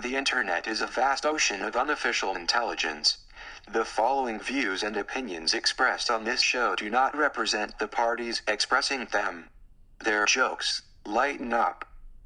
The internet is a vast ocean of unofficial intelligence. The following views and opinions expressed on this show do not represent the parties expressing them. They're jokes. Lighten up.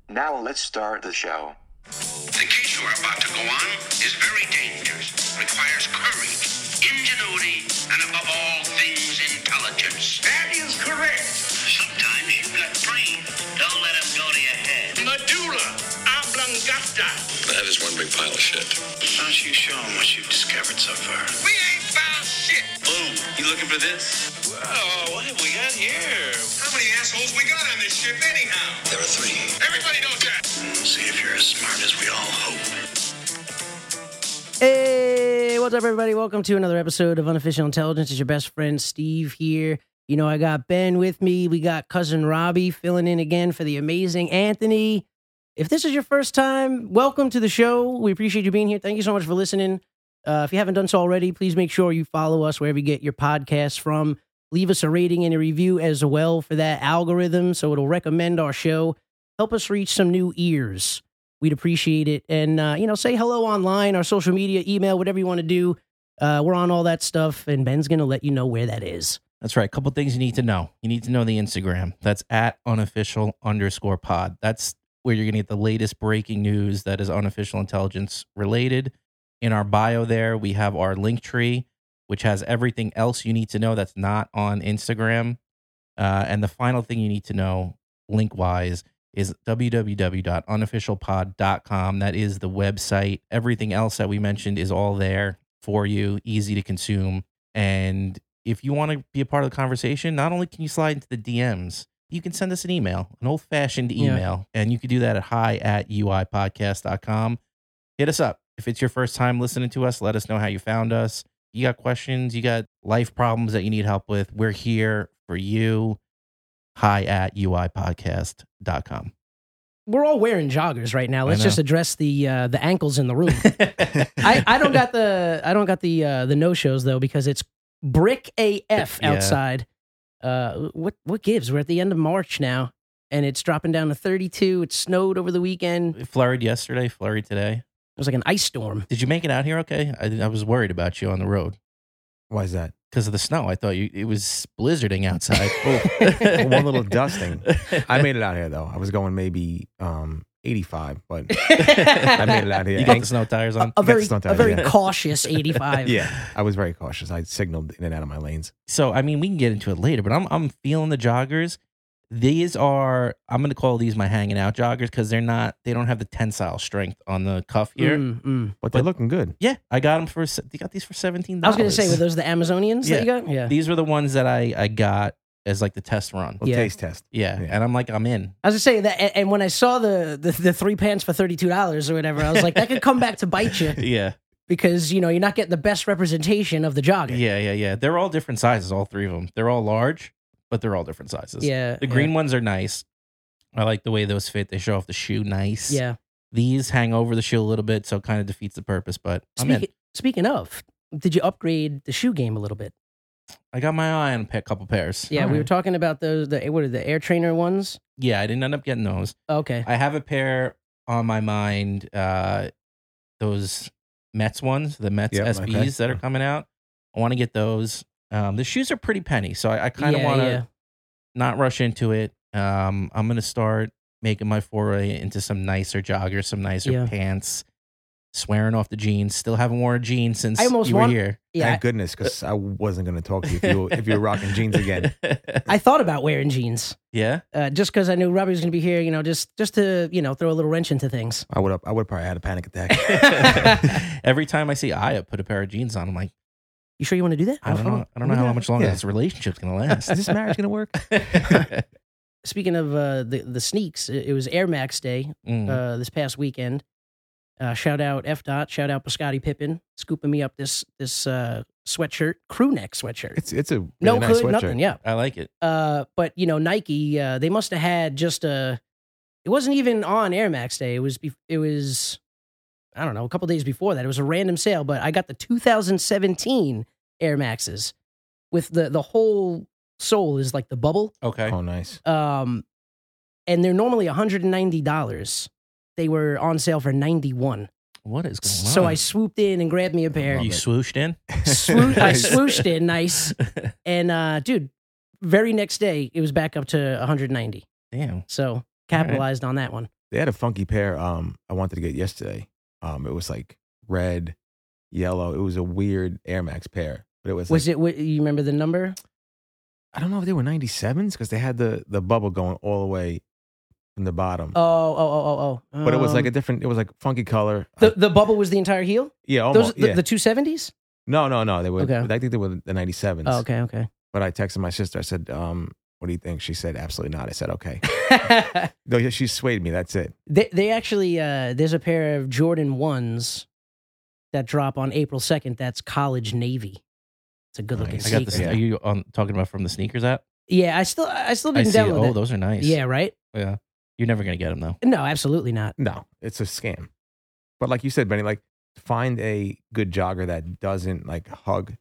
Now let's start the show. The case you are about to go on is very dangerous, requires courage, ingenuity, and above all things, intelligence. That is correct. Sometimes you've got brains. Don't let them go to your head. Medulla oblongata. That is one big pile of shit. Why don't you show them what you've discovered so far? We ain't found shit. Boom. You looking for this? Whoa, what have we got here? How many assholes we got on this ship anyhow? There are three. Everybody knows that. See if you're as smart as we all hope. Hey, what's up, everybody? Welcome to another episode of Unofficial Intelligence. It's your best friend Steve here. You know, I got Ben with me. We got cousin Robbie filling in again for the amazing Anthony. If this is your first time, welcome to the show. We appreciate you being here. Thank you so much for listening. Uh, if you haven't done so already, please make sure you follow us wherever you get your podcasts from. Leave us a rating and a review as well for that algorithm so it'll recommend our show. Help us reach some new ears we'd appreciate it. And uh, you know, say hello online, our social media, email, whatever you want to do. Uh, we're on all that stuff, and Ben's gonna let you know where that is. That's right. A couple things you need to know. You need to know the Instagram. That's at unofficial underscore pod. That's where you're going to get the latest breaking news that is unofficial intelligence related. In our bio, there we have our link tree, which has everything else you need to know that's not on Instagram. Uh, and the final thing you need to know, link wise, is www.unofficialpod.com. That is the website. Everything else that we mentioned is all there for you, easy to consume. And if you want to be a part of the conversation, not only can you slide into the DMs, you can send us an email, an old fashioned Yeah. email. And you can do that at hi at uipodcast.com. Hit us up. If it's your first time listening to us, let us know how you found us. You got questions, you got life problems that you need help with. We're here for you. Hi at uipodcast.com. We're all wearing joggers right now. Let's know. just address the uh, the ankles in the room. I, I don't got the I don't got the uh, the no shows though because it's brick AF Yeah. outside. Uh, what what gives? We're at the end of March now, and it's dropping down to 32. It snowed over the weekend. It It flurried yesterday, flurried today. was like an ice storm. Did you make it out here okay? I, I was worried about you on the road Why is that? because of the snow. I thought you it was blizzarding outside. Oh, one little dusting. I Eh. made it out here though. I was going maybe um 85, but I made it out here. You got And- the snow tires A, on. a very That's not a that very bad. cautious 85. yeah, I was very cautious. I signaled in and out of my lanes. So I mean, we can get into it later, but I'm I'm feeling the joggers. These are I'm going to call these my hanging out joggers because they're not they don't have the tensile strength on the cuff here. Mm, mm. But they're But- looking good. Yeah, I got them for se- they got these for seventeen. I was going to say, were those the Amazonians Yeah. that you got? Yeah. these were the ones that I I got as like the test run. Well, Yeah. taste test. Yeah, Yeah. and I'm like I'm in. I was just saying that, and- and when I saw the, the the three pants for thirty two dollars or whatever, I was like, that could come back to bite you Yeah, because you know you're not getting the best representation of the jogger. yeah, yeah, yeah. They're all different sizes, all three of them. They're all large, but they're all different sizes. yeah. the green ones are nice. I like the way those fit. They show off the shoe nice. Yeah. These hang over the shoe a little bit, so it kind of defeats the purpose. But I'm in. Speaking, speaking of, did you upgrade the shoe game a little bit? I got my eye on a pa- couple pairs. Yeah, we were talking about those. The what are the Air Trainer ones? Yeah, I didn't end up getting those. Okay. I have a pair on my mind. Uh, those Mets ones, the Mets Yep, SBs okay. that are coming out. I want to get those. Um, the shoes are pretty penny, so I, I kind of Yeah, want to yeah. not rush into it. Um, I'm gonna start making my foray into some nicer joggers, some nicer Yeah. pants. Swearing off the jeans. Still haven't worn a jean since I almost you were want- here. Yeah. Thank goodness, because I wasn't going to talk to you if you, were- if you were rocking jeans again. I thought about wearing jeans yeah. uh, just because I knew Robbie was going to be here. You know, just just to you know throw a little wrench into things. I would have. I would probably had a panic attack. Every time I see Aya put a pair of jeans on, I'm like, You sure you want to do that? I don't know. I don't know Yeah. how much longer Yeah. this relationship's gonna Is last. this marriage going to work? Speaking of uh, the the sneaks, it it was Air Max Day Mm. Mm-hmm. uh, this past weekend. Uh, shout out F Dot, shout out Piscotti Pippin, scooping me up this this uh, sweatshirt, crew neck sweatshirt. It's it's a really no nice hood, sweatshirt. nothing. Yeah. I like it. Uh, but you know Nike, uh, they must have had just a. It wasn't even on Air Max Day. It was be- it was, I don't know, a couple days before that. It was a random sale, but I got the 2017 Air Maxes with the the whole sole is like the bubble. Okay. Oh, nice. Um, and they're normally $190. They were on sale for 91 What is going on? So I swooped in and grabbed me a pair. you swooshed in. Swoo- I swooshed it nice. And uh, dude, very next day it was back up to 190. Damn. So capitalized on that one. They had a funky pair um I wanted to get yesterday. Um it was like red, yellow. It was a weird Air Max pair. But it was Was like, it? What, you remember the number? I don't know if they were 97s cuz they had the the bubble going all the way from the bottom. Oh, oh, oh, oh, oh. but it was like a Um, different it was like funky color. the the bubble was the entire heel. yeah, Those almost. the, yeah. the 270s. no, no, no. They were Okay. I think they were the 97s. Oh, okay, okay. But I texted my sister. I said, um, what do you think? She said, absolutely not. I said, okay. No, yeah, she swayed me. That's it. they they actually uh, there's a pair of Jordan ones that drop on April 2nd. That's college navy. It's a good looking Nice. I got sneaker. this. Yeah. Are you on talking about from the sneakers app? Yeah, I still I still I didn't see. download Oh, that. those are nice. Yeah, right. Yeah. You're never gonna get them though. No, absolutely not. No, it's a scam. But like you said, Benny, like find a good jogger that doesn't like hug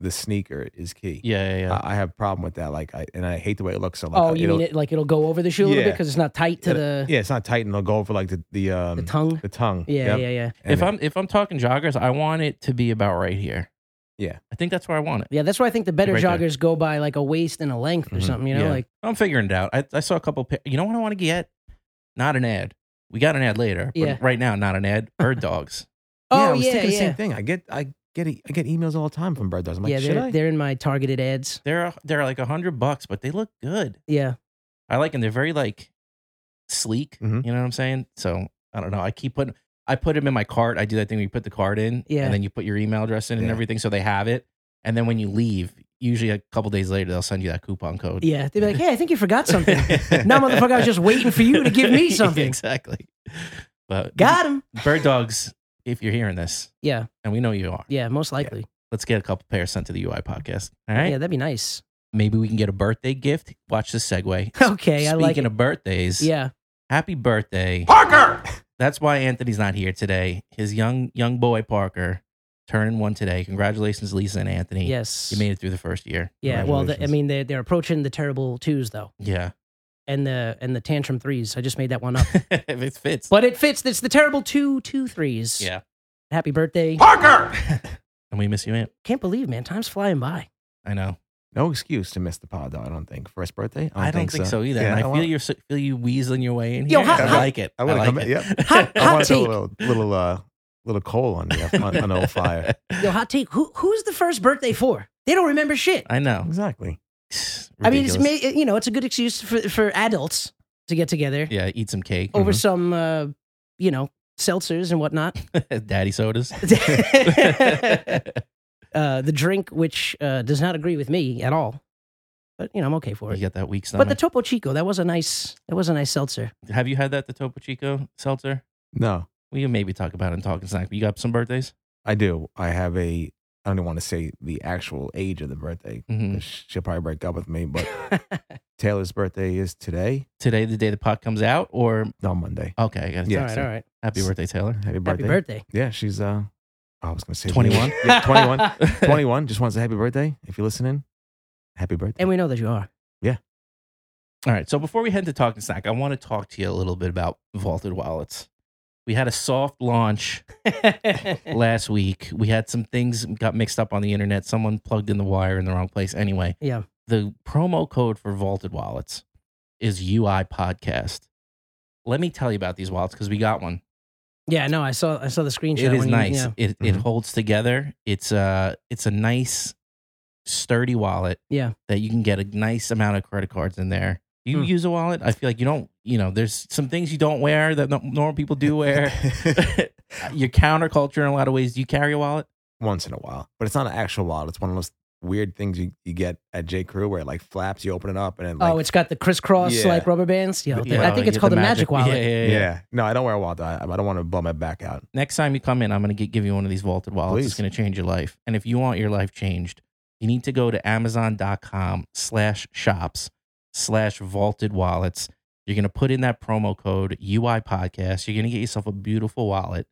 the sneaker is key. Yeah, yeah, yeah. I, I have a problem with that. Like I and I hate the way it looks. So like Oh, you it'll- mean it like it'll go over the shoe a little bit Yeah. because it's not tight to it'll- the Yeah, it's not tight and it'll go over like the the um the tongue? the tongue. Yeah, Yep. yeah, yeah. And if it- I'm if I'm talking joggers, I want it to be about right here. Yeah. I think that's where I want it. Yeah, that's why I think the better Right there. joggers go by like a waist and a length or Mhm. something, you know? Yeah. Like I'm figuring it out. I, I saw a couple. pa- You know what I want to get? Not an ad. We got an ad later. But Yeah. Right now, not an ad. Bird dogs. I Oh was yeah, yeah. thinking the same thing. I get I get e- I get emails all the time from bird dogs. I'm like, yeah, should they're, I? they're in my targeted ads. They're they're like a hundred bucks, but they look good. Yeah. I like them. They're very like sleek. Mm-hmm. Mhm. You know what I'm saying? So I don't know. I keep putting. I put them in my cart. I do that thing where you put the card in, Yeah. and then you put your email address in and Yeah. everything, so they have it. And then when you leave, usually a couple days later, they'll send you that coupon code. Yeah. They'd be like, Hey, I think you forgot something. no, motherfucker, I was just waiting for you to give me something. exactly. But Got him. bird dogs, if you're hearing this, Yeah. and we know you are, Yeah, most likely. let's get a couple pairs sent to the UI podcast. All Yeah, right. that'd be nice. Maybe we can get a birthday gift. Watch this segue. Okay, I like Speaking it. of birthdays, yeah. happy birthday. Parker! That's why Anthony's not here today. His young young boy Parker turning one today. Congratulations, Lisa and Anthony. Yes. You made it through the first year. yeah. Well, the, I Congratulations. mean, they're, they're approaching the terrible twos though, Yeah. and the and the tantrum threes. I just made that one up, it fits. but it fits. It's the terrible two two threes. yeah. Happy birthday! Parker! And we miss you, Ant. Can't believe, man. Time's flying by. I know. no excuse to miss the pod though, I don't think. First birthday? I don't, think, so. either. Yeah, and I, feel want- you're so, feel you weaseling your way in Yo, here. hot- I hot- like it. I wanna like come it. in- yep. Hot, I hot want to throw take. a little little uh little coal on the Oh, on, on the old fire. Yo, hot take. Who who's the first birthday for? They don't remember shit. I know. Exactly. I mean, it's Ridiculous. ma- you know, it's a good excuse for for adults to get together yeah. Mm-hmm. Eat some cake. over some, uh, you know, seltzers and whatnot. Daddy sodas. uh, the drink, which uh, does not agree with me at all, but you know I'm okay for You it. got that weak But stomach. the Topo Chico, that was a nice, that was a nice seltzer. Have you had that the Topo Chico seltzer? No, We can maybe talk about it in talking snack. You got some birthdays? I do. I have a. I don't want to say the actual age of the birthday. Mm-hmm. 'cause She'll probably break up with me. But Taylor's birthday is today. Today, the day the pot comes out, or No, Monday. okay, I got to Yeah, all right, all right. Happy birthday, Taylor. Happy Happy birthday. birthday. Yeah, she's. uh I was gonna say 21? Yeah, 21. 21. Just wants a happy birthday. If you're listening, happy birthday. and we know that you are. All right. So before we head to talking snack, I want to talk to you a little bit about vaulted wallets. We had a soft launch last week. We had some things got mixed up on the internet. Someone plugged in the wire in the wrong place. Anyway, Yeah. The promo code for vaulted wallets is UI podcast. Let me tell you about these wallets because we got one. yeah, no, I saw, I saw the screenshot. It is when you- nice. yeah. Mm-hmm. It it Mhm. holds together. It's a it's a nice sturdy wallet. Yeah. That you can get a nice amount of credit cards in there. You Hmm. use a wallet? I feel like you don't, you know, there's some things you don't wear that no- normal people do wear. Your counterculture in a lot of ways. Do you carry a wallet? Once in a while, but it's not an actual wallet. It's one of those weird things you, you get at J Crew where it like flaps. You open it up and it like oh, it's got the crisscross Yeah. like rubber bands. Yeah, You I know, think you it's get called the a magic, wallet. Yeah, yeah, yeah. yeah. No, I don't wear a wallet. I, I don't want to bum my back out. Next time you come in, I'm going to give you one of these vaulted wallets. It's Please. going to change your life. And if you want your life changed, you need to go to amazon.com slash shops slash vaulted wallets. You're going to put in that promo code UI podcast. You're going to get yourself a beautiful wallet.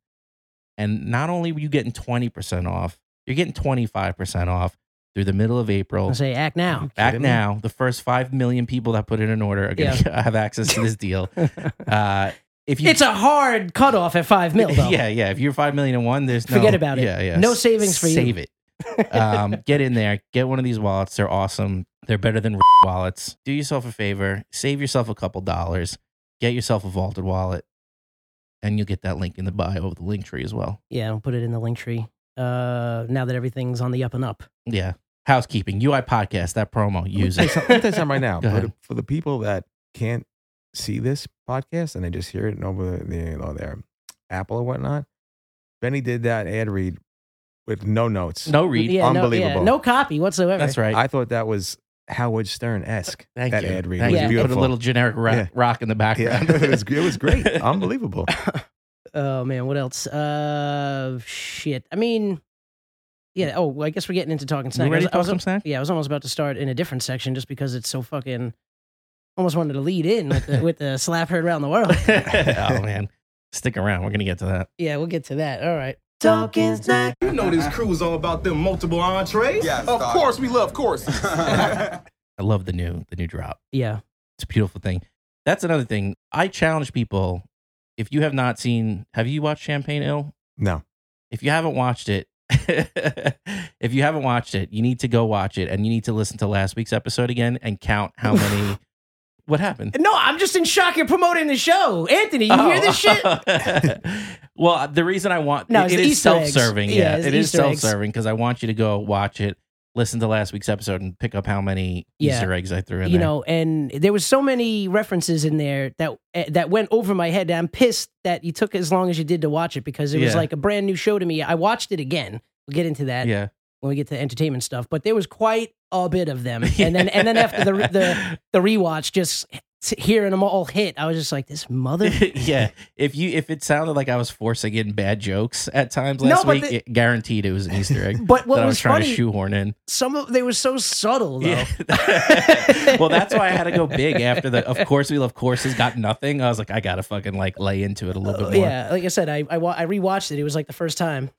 And not only are you getting 20% off, you're getting 25% off through the middle of April. I say act now. Back Kidding me? now, the first 5 million people that put in an order are going to have access to this deal. Uh, if you It's a hard cutoff at five mil, though. yeah, yeah. If you're five million and one, there's no Forget about it. Yeah, yeah. No savings for you. Save it. um, get in there. Get one of these wallets. They're awesome. They're better than wallets. Do yourself a favor. Save yourself a couple dollars. Get yourself a vaulted wallet, and you'll get that link in the bio of the link tree as well. Yeah, I'll put it in the link tree. Uh, now that everything's on the up and up. Yeah. Housekeeping UI podcast. That promo. Use Let it. me tell you some- let me tell you something right now. Go For ahead. the, for the people that can't see this podcast and they just hear it over the, you know, their Apple or whatnot, Benny did that ad read with no notes. No read. Yeah, no- yeah, No, Unbelievable. copy whatsoever. That's right. I thought that was Howard Stern esque. Thank that you. ad read Thank was you. Put a beautiful. little generic rock, Yeah. rock in the Yeah, background. it was, it was great. Unbelievable. Oh man, what else? Uh, shit. I mean, yeah. Oh, well, I guess we're getting into talking You snack. ready I to was, I talk was- some snack? yeah, I was almost about to start in a different section just because it's so fucking. Almost wanted to lead in with the, with the slap heard around the world. oh man, stick around. We're gonna get to that. Yeah, we'll get to that. All right. Talking snack. You know this crew is all about them multiple entrees. Yeah, of course we love courses. I love the new the new drop. Yeah. It's a beautiful thing. That's another thing. I challenge people. If you have not seen, have you watched Champagne Ill? No. If you haven't watched it, if you haven't watched it, you need to go watch it, and you need to listen to last week's episode again and count how many. what happened? No, I'm just in shock. You're promoting the show, Anthony. You hear Oh. this shit? shit? well, the reason I want No, it- it's it is Easter eggs. self-serving. Yeah, Yeah, it's it is Easter eggs. self-serving because I want you to go watch it, listen to last week's episode, and pick up how many Yeah. Easter eggs I threw in you there. know and there was so many references in there that eh, that went over my head and i'm pissed that you took as long as you did to watch it because it was Yeah. like a brand new show to me i watched it again we'll get into that yeah, when we get to entertainment stuff but there was quite a bit of them and then and then after the re- the, the rewatch just s- hearing them all hit i was just like this mother yeah, if you if it sounded like I was forcing in bad jokes at times No, last but week, the- it guaranteed it was an Easter egg but what that I was, was trying to funny shoehorn in. some of they were so subtle though Yeah. well, that's why I had to go big after the. Of course, we love courses. Got nothing. I was like, I gotta fucking like lay into it a little Uh, bit more. Yeah, like I said, I, I wa- I rewatched it. It was like the first time,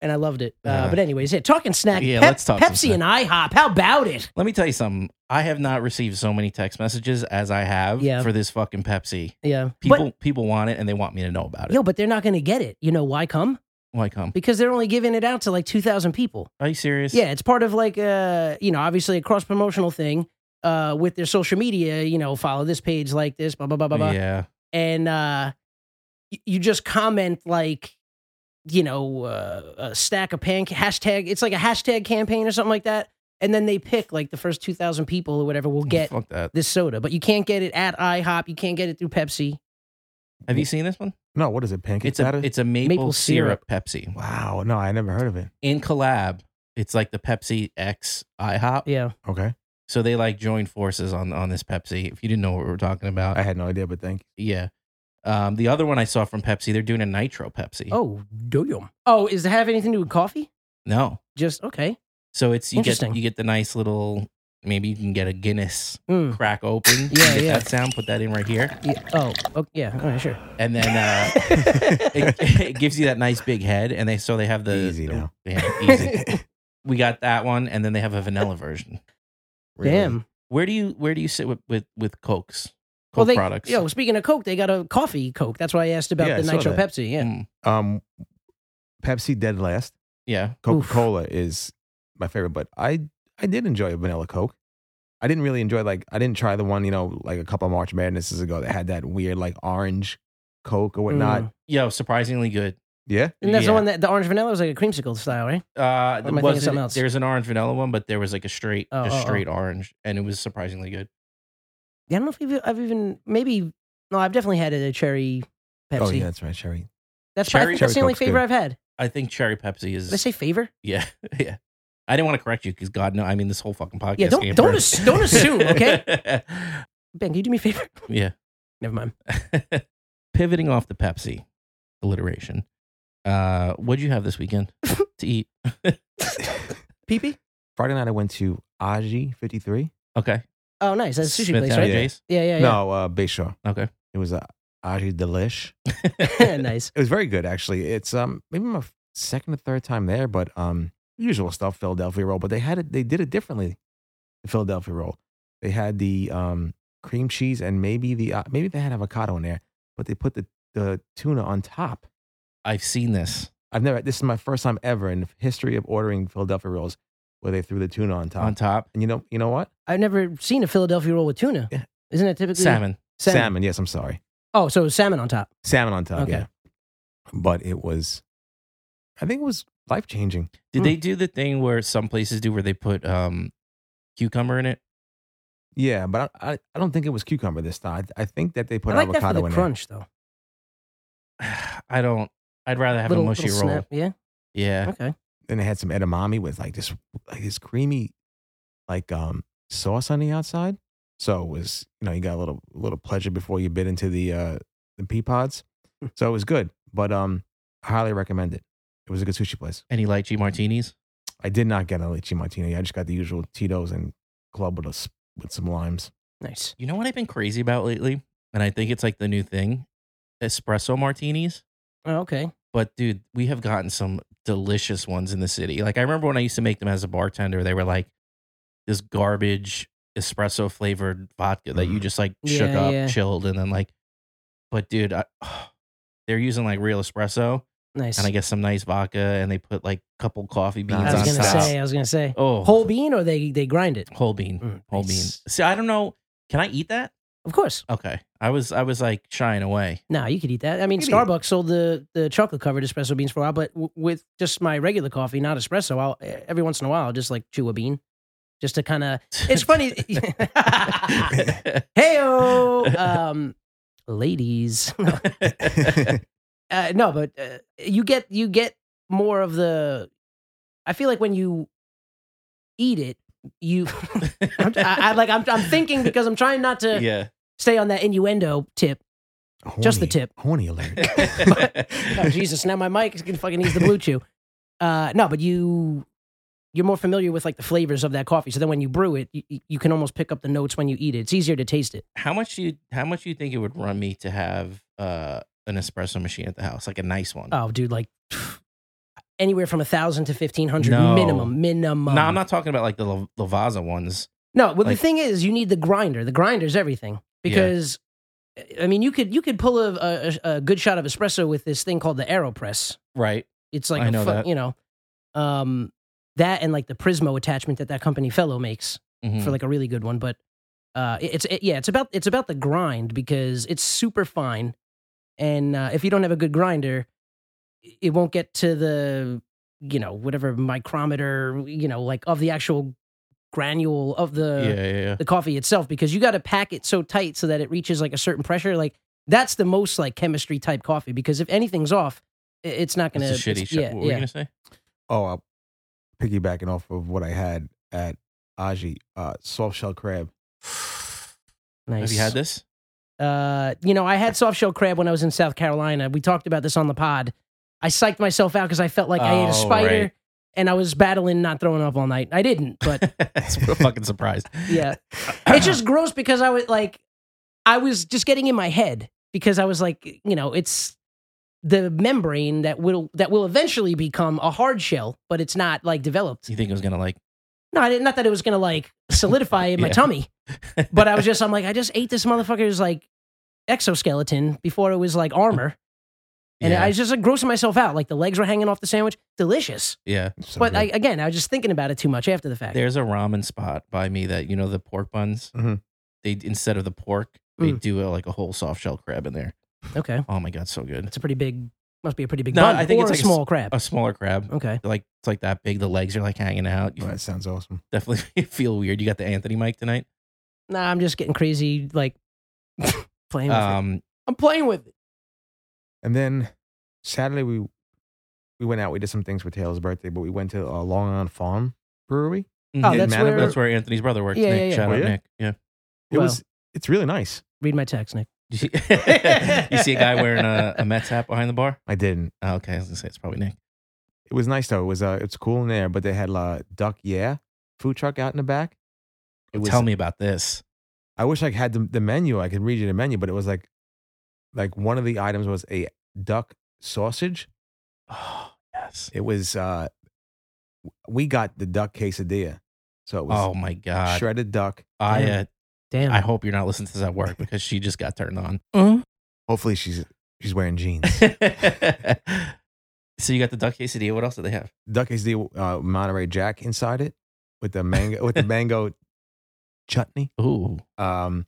and I loved it. Uh, Yeah. But anyways, yeah, talking snack. Yeah, Pep- let's talk some Pepsi snack. and IHOP. How about it? Let me tell you something. I have not received so many text messages as I have Yeah. for this fucking Pepsi. Yeah, People people want it and they want me to know about But, it. yo, but they're not going to get it. You know why? Come Why come? because they're only giving it out to like two thousand people. Are you serious? Yeah, it's part of like uh you know obviously a cross promotional thing. Uh, with their social media, you know, follow this page like this, blah blah blah blah blah, Yeah. and uh, y- you just comment like, you know, uh, a stack of pancake hashtag. It's like a hashtag campaign or something like that, and then they pick like the first two thousand people or whatever Oh, will get Fuck that. this soda, but you can't get it at IHOP. You can't get it through Pepsi. Have you seen this one? No, what is it? Pancake It's a batter? it's a maple, Maple syrup, Pepsi wow. No, I never heard of it. in collab. It's like the Pepsi X IHOP. Yeah, Okay. So they like joined forces on on this Pepsi. If you didn't know what we were talking about, I had no idea, but thank you. yeah. Um, the other one I saw from Pepsi, they're doing a nitro Pepsi. Oh, damn. Oh, is it have anything to do with coffee? no, Just okay. so it's you get Interesting. you get the nice little. Maybe you can get a Guinness Mm. crack open. Yeah, get yeah. That sound. Put that in right here, Yeah. Oh, okay. yeah. All right, sure. and then uh, it, it gives you that nice big head. And they so they have the Easy now. Yeah, easy. we got that one, and then they have a vanilla version. Damn. Where do you where do you sit with with with cokes? Coke Well, they, products. Yo, speaking of Coke, they got a coffee Coke. That's why I asked about Yeah, I the saw Nitro that. Pepsi. Yeah. Mm, Um, Pepsi dead last. yeah. Coca Cola is my favorite, but I I did enjoy a vanilla Coke. I didn't really enjoy like I didn't try the one you know like a couple of March Madnesses ago that had that weird like orange Coke or whatnot. Mm. Yo, surprisingly good. Yeah, And that's the Yeah. one that the orange vanilla was like a creamsicle style, right? Uh, am I thinking was of something else? There's an orange vanilla one, but there was like a straight, Oh, just oh, oh. straight orange, and it was surprisingly good. Yeah, I don't know if we've, I've even maybe no, I've definitely had a cherry Pepsi. Oh yeah, that's right, Sherry. That's Cherry- I think that's Cherry the only Coke's favor good. I've had. I think cherry Pepsi is. Did I say favor? yeah, yeah. I didn't want to correct you because God no, I mean this whole fucking podcast. Yeah, don't came don't from- ass- don't assume, okay? ben, can you do me a favor? yeah. Never mind. Pivoting off the Pepsi alliteration. Uh, what'd you have this weekend to eat? Pee pee? Friday night I went to Aji Fifty Three. Okay. Oh, nice. That's a sushi place, Smithtown right? Yeah. Jace? Yeah, yeah, yeah. No, uh, Bayshore. Okay. It was a Aji Delish. nice. It was very good actually. It's um maybe my second or third time there, but um usual stuff Philadelphia roll, but they had it they did it differently. The Philadelphia roll. They had the um cream cheese and maybe the uh, maybe they had avocado in there, but they put the the tuna on top. I've seen this I've never. This is my first time ever in the history of ordering Philadelphia rolls where they threw the tuna on top. on top. and you know, you know what? I've never seen a Philadelphia roll with tuna. Yeah. Isn't it typically Salmon. Salmon. salmon? yes, I'm sorry, Oh, so salmon on top. salmon on top. Okay. Yeah, but it was. I think it was life changing. Hmm. Did they do the thing where some places do where they put um cucumber in it? Yeah, but I, I, I don't think it was cucumber this time. I, I think that they put I like that for avocado the in crunch though. I don't. I'd rather have little, a mushy little roll. snap. Yeah. Yeah. Okay. there. Then they had some edamame with like this like this creamy like um sauce on the outside. So it was you know you got a little little pleasure before you bit into the uh the pea pods. Mm. so it was good, but um I highly recommend it. It was a good sushi place. Any lychee martinis? I did not get a lychee martini. I just got the usual Tito's and club with us with some limes. Nice. You know what I've been crazy about lately, and I think it's like the new thing: espresso martinis. Oh, okay. But dude, we have gotten some delicious ones in the city. Like I remember when I used to make them as a bartender, they were like this garbage espresso flavored vodka Mm-hmm. that you just like shook Yeah, up, yeah. chilled, and then like. But dude, I, they're using like real espresso Nice. and I guess some nice vodka, and they put like a couple coffee beans I was on gonna top. say. I was gonna say oh, whole bean or they they grind it. whole bean. Mm, Whole nice. bean. See, I don't know. Can I eat that? Of course. Okay. I was I was like shying away. No, you could eat that. I mean, You could eat it. Starbucks sold the the chocolate covered espresso beans for a while, but w- with just my regular coffee, not espresso, I'll e, every once in a while I'll just like chew a bean, just to kind of. It's funny. Heyo, um, ladies. Uh, no, but uh, you get you get more of the. I feel like when you eat it, you. I'm, I, I like I'm I'm thinking because I'm trying not to yeah. stay on that innuendo tip. Just the Horny- tip. Horny alert. Oh, Jesus! Now my mic is gonna fucking needs the blue chew. Uh, no, but you you're more familiar with like the flavors of that coffee. So then when you brew it, you, you can almost pick up the notes when you eat it. It's easier to taste it. how much do you how much do you think it would run me to have uh an espresso machine at the house, like a nice one? Oh, dude, like anywhere from a thousand to fifteen hundred No. minimum. Minimum. no, I'm not talking about like the La- Lavazza ones. No, well, Like- the thing is, you need the grinder. The grinder's everything because, I mean, you could you could pull a, a, a good shot of espresso with this thing called the Aeropress. Right. It's like I a know fu- that. you know, um, that and like the Prismo attachment that that company Fellow makes Mhm. for like a really good one. But uh, it- it's it, yeah, it's about it's about the grind because it's super fine, and uh, if you don't have a good grinder, i- it won't get to the you know whatever micrometer you know like of the actual granule of the yeah, yeah, yeah. the coffee itself because you got to pack it so tight so that it reaches like a certain pressure. Like that's the most like chemistry type coffee because if anything's off, i- it's not gonna. It's a shitty it's- uh, Yeah, shit. what were you yeah. gonna say? Oh, uh, piggybacking off of what I had at Aji, uh, soft shell crab. Nice. Have you had this? Uh, you know, I had soft shell crab when I was in South Carolina. We talked about this on the pod. I psyched myself out because I felt like I ate Oh, a spider. right. And I was battling not throwing up all night. I didn't, but It's real fucking surprised. yeah, it's just gross because I was like, I was just getting in my head because I was like, you know, it's the membrane that will that will eventually become a hard shell, but it's not like developed. You think it was gonna like No, I didn't, not that it was gonna like solidify in my Yeah. tummy, but I was just, I'm like, I just ate this motherfucker's like exoskeleton before it was like armor, and yeah, I was just like grossing myself out. Like the legs were hanging off the sandwich, delicious. yeah. So but good. I, again, I was just thinking about it too much after the fact. There's a ramen spot by me that you know the pork buns. Mhm. They instead of the pork, they Mm. do a, like a whole soft shell crab in there. Okay, Oh my god, so good! it's a pretty big, must be a pretty big. No, bun, I think or it's a like a s- small crab. A smaller crab, Okay. like it's like that big. The legs are like hanging out. You Oh, that sounds awesome. definitely feel weird. You got the Anthony mic tonight. Nah, I'm just getting crazy, like playing with it. Um, I'm playing with it. And then Saturday we we went out. We did some things for Taylor's birthday, but we went to uh, Long Island Farm Brewery. mhm. Oh, that's Manitoba? where- that's where Anthony's brother works. Yeah, Nick. yeah, yeah. Shout Oh, out yeah? Nick. Yeah. It Wow. was it's really nice. Read my text, Nick. You see, you see a guy wearing a, a Mets hat behind the bar? I didn't. Oh, okay, I was gonna say it's probably Nick. It was nice though. It was uh, it's cool in there. But they had uh, duck yeah food truck out in the back. It was, Tell me about this. I wish I had the, the menu. I could read you the menu, but it was like like one of the items was a duck sausage. Oh yes. It was uh we got the duck quesadilla. So it Oh was my god. shredded duck. I uh, Damn. Mm-hmm. I hope you're not listening to this at work because she just got turned on. Hopefully she's She's wearing jeans. so you got the duck quesadilla. What else do they have? Duck is the uh, Monterey Jack inside it with the mango with the mango chutney. Ooh, Um,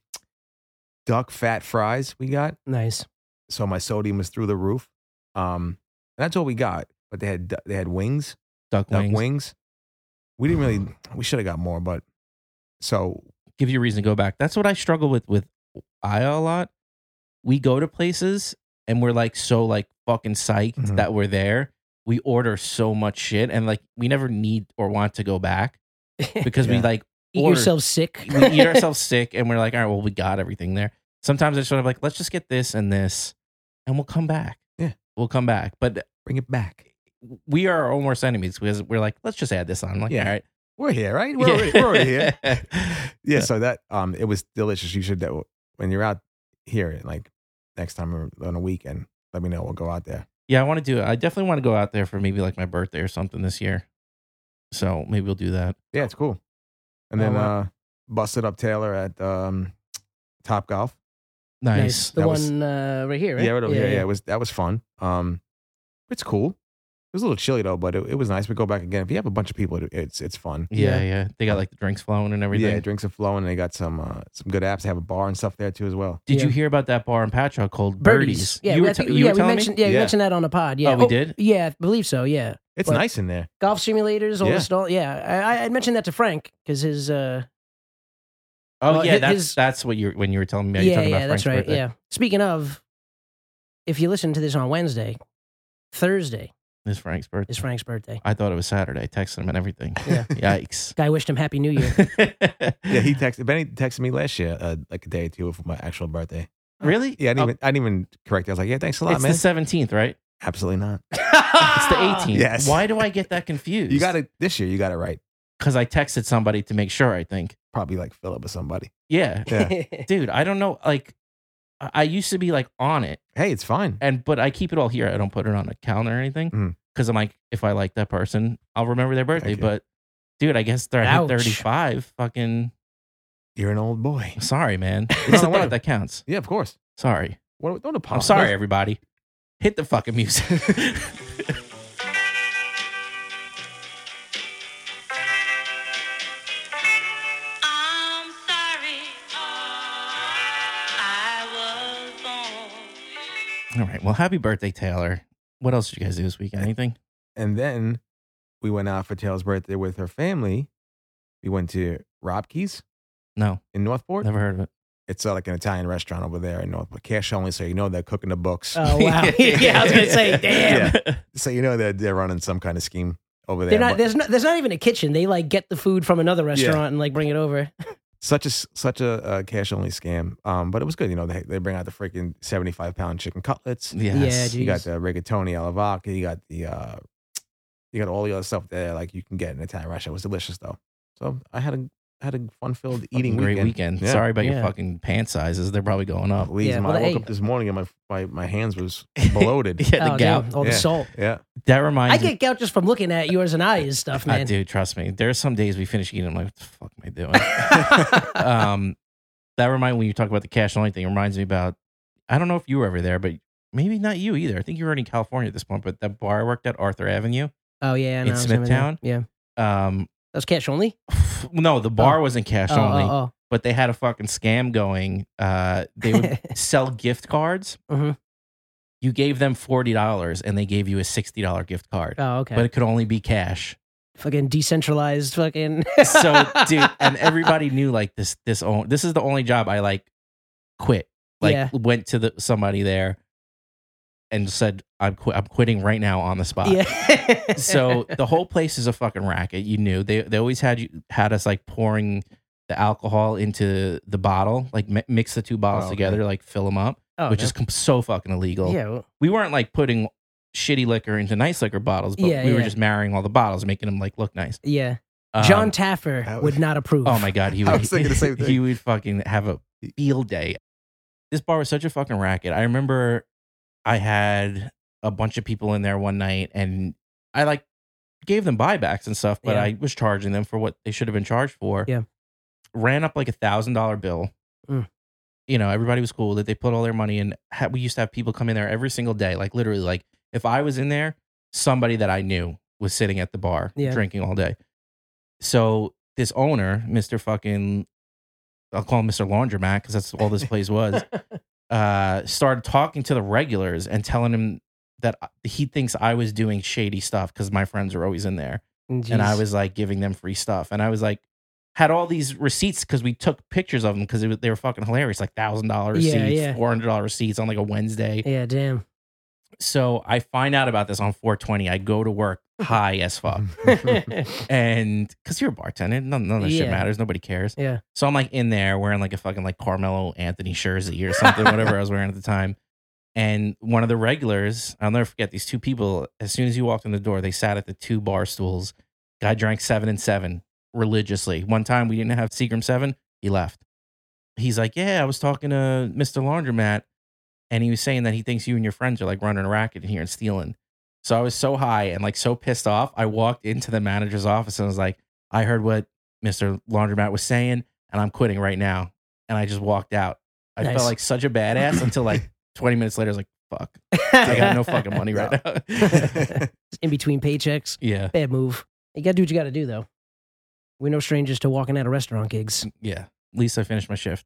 duck fat fries we got. Nice. So my sodium was through the roof. Um, and that's all we got. But they had they had wings, duck, duck wings. wings. We didn't really. We should have got more, but so Give you a reason to go back. That's what I struggle with with Aya a lot. We go to places and we're like so like fucking psyched Mhm. that we're there. We order so much shit and like we never need or want to go back because we Yeah. like Eat ordered- yourself sick. we eat ourselves sick and we're like, all right, well, we got everything there. Sometimes it's sort of like, let's just get this and this and we'll come back. Yeah. We'll come back. But bring it back. we are our own worst enemies because we're like, let's just add this on. like, Yeah. all right. We're here, right? We're, already, we're already here. yeah. So that um, it was delicious. You should that when you're out here, like next time or on a weekend, let me know. We'll go out there. Yeah, I want to do it. I definitely want to go out there for maybe like my birthday or something this year. So maybe we'll do that. Yeah, it's cool. And then Oh, wow. uh, busted up Taylor at um, Top Golf. Nice. The That one was- uh, right here, right? Yeah, right over here. Yeah, it was that was fun. Um, it's cool. It was a little chilly though, but it, it was nice. We go back again. If you have a bunch of people, it, it's it's fun. Yeah, Yeah. yeah, They got like the drinks flowing and everything. Yeah, drinks are flowing. and They got some uh, some good apps. They have a bar and stuff there too as well. Did Yeah. you hear about that bar in Patchogue called Birdies. Birdies? Yeah, you we- were, I think- te- you yeah, were we telling me? mentioned, Yeah, we Yeah. mentioned that on a pod. Yeah. Oh, we did? Yeah, I believe so. Yeah. It's What? nice in there. Golf simulators, all Yeah. this and all. Yeah. I, I had mentioned that to Frank because his. Uh, Oh, Well, yeah. his- That's, his- that's what you when you were telling me. yeah, You're yeah, talking about that's Frank's right. birthday. Yeah. Speaking of, if you listen to this on Wednesday, Thursday It's Frank's birthday. is Frank's birthday. I thought it was Saturday. I texted him and everything. Yeah. Yikes. Guy wished him Happy New Year. Yeah, he texted Benny texted me last year, uh, like a day or two before my actual birthday. really? Yeah, I didn't, Oh, even, I didn't even correct. it. I was like, yeah, thanks a lot, it's man. the seventeenth, right? Absolutely not. It's the eighteenth. Yes. Why do I get that confused? You got it this year. You got it right. because I texted somebody to make sure. I think. Probably like Philip or somebody. Yeah, Yeah. dude. I don't know. Like, I I used to be like on it, hey, it's fine. and but I keep it all here. I don't put it on a calendar or anything Mm. because I'm like, if I like that person, I'll remember their birthday. Thank you. But, dude, I guess they're at Ouch. 35. Fucking You're an old boy. sorry, man. No, It's a no, thought whatever. that counts. Yeah, of course. Sorry. What, don't I'm apologize. sorry, everybody. Hit the fucking music. I'm sorry. I was born. All right. Well, happy birthday, Taylor. What else did you guys do this weekend? Anything? And then we went out for Taylor's birthday with her family. We went to Robke's No, in Northport. never heard of it. It's uh, like an Italian restaurant over there in Northport. Cash only, so you know they're cooking the books. oh, wow. yeah, I was going to say, damn. so you know they're, they're running some kind of scheme over there. They're not, But there's not there's not even a kitchen. They like get the food from another restaurant and like bring it over. such a s- such a uh, cash only scam. Um, but it was good. You know they they bring out the freaking seventy five pound chicken cutlets. Yes. Yeah, You got Jeez. the rigatoni alla vodka. You got the uh, you got all the other stuff there like you can get in Italian restaurant. It was delicious though. So I had a had a fun filled eating Fucking great weekend. weekend. Yeah. Sorry about your Yeah. fucking pant sizes. They're probably going up. Please, Yeah, man, well, I woke hey. up this morning and my my, my hands was bloated. Yeah, the oh, gout. damn, all the Yeah. salt. yeah, That I reminds me. get gout just from looking at yours and Aya's stuff, I man. do. Trust me. There are some days we finish eating. I'm like, what the fuck am I doing? um, that reminds when you talk about the cash only thing. It reminds me about. I don't know if you were ever there, but maybe not you either. I think you were already in California at this point. But that bar I worked at, Arthur Avenue. oh yeah, In no, I was never there. Smithtown? Yeah, that Um, was cash only. no, the bar wasn't cash Oh, only. oh, but they had a fucking scam going. Uh, they would sell gift cards. Mhm. You gave them forty dollars, and they gave you a sixty dollar gift card, oh, oh, okay. but it could only be cash. fucking decentralized, fucking. So, dude, and everybody knew like this. This own, this is the only job I like quit. Like Yeah. went to the somebody there and said, "I'm quit. I'm quitting right now on the spot." yeah. so the whole place is a fucking racket. You knew they they always had you had us like pouring the alcohol into the bottle, like mi- mix the two bottles Oh, okay. together, like fill them up, oh, which no. is com- so fucking illegal. yeah, well, We weren't like putting shitty liquor into nice liquor bottles, but Yeah, we were yeah. just marrying all the bottles, making them like look nice. yeah. Um, John Taffer that would was- not approve. oh my god, he I would was thinking the same he thing. would fucking have a field day. This bar was such a fucking racket. I remember I had a bunch of people in there one night and I like gave them buybacks and stuff, but Yeah. I was charging them for what they should have been charged for. Yeah. Ran up like a thousand dollar bill. Mm. you know, everybody was cool that they put all their money in. Ha- We used to have people come in there every single day. Like literally, like if I was in there, somebody that I knew was sitting at the bar Yeah. drinking all day. So this owner, Mr. fucking, I'll call him Mr. Laundromat because that's all this place was, uh, started talking to the regulars and telling him that he thinks I was doing shady stuff because my friends were always in there and I Jeez. was like giving them free stuff, and I was like had all these receipts because we took pictures of them because they were fucking hilarious, like thousand dollar receipts, Yeah, yeah. four hundred dollar receipts on like a Wednesday. yeah, damn. So I find out about this on four twenty. I go to work high as fuck, and because you're a bartender, none, none of this shit Yeah. matters. Nobody cares. Yeah. So I'm like in there wearing like a fucking like Carmelo Anthony jersey or something, whatever I was wearing at the time. And one of the regulars, I'll never forget these two people. As soon as you walked in the door, they sat at the two bar stools. Guy drank seven and seven religiously. One time we didn't have Seagram seven, he left. He's like, Yeah, I was talking to Mr. Laundromat, and he was saying that he thinks you and your friends are like running a racket in here and stealing. So I was so high and like so pissed off. I walked into the manager's office and was like, I heard what Mr. Laundromat was saying, and I'm quitting right now. And I just walked out. I Nice. felt like such a badass until like 20 minutes later, I was like, fuck, I got no fucking money right now. In between paychecks, yeah. bad move. You gotta do what you gotta do though. We're no strangers to walking out of restaurant gigs. Yeah. At least I finished my shift.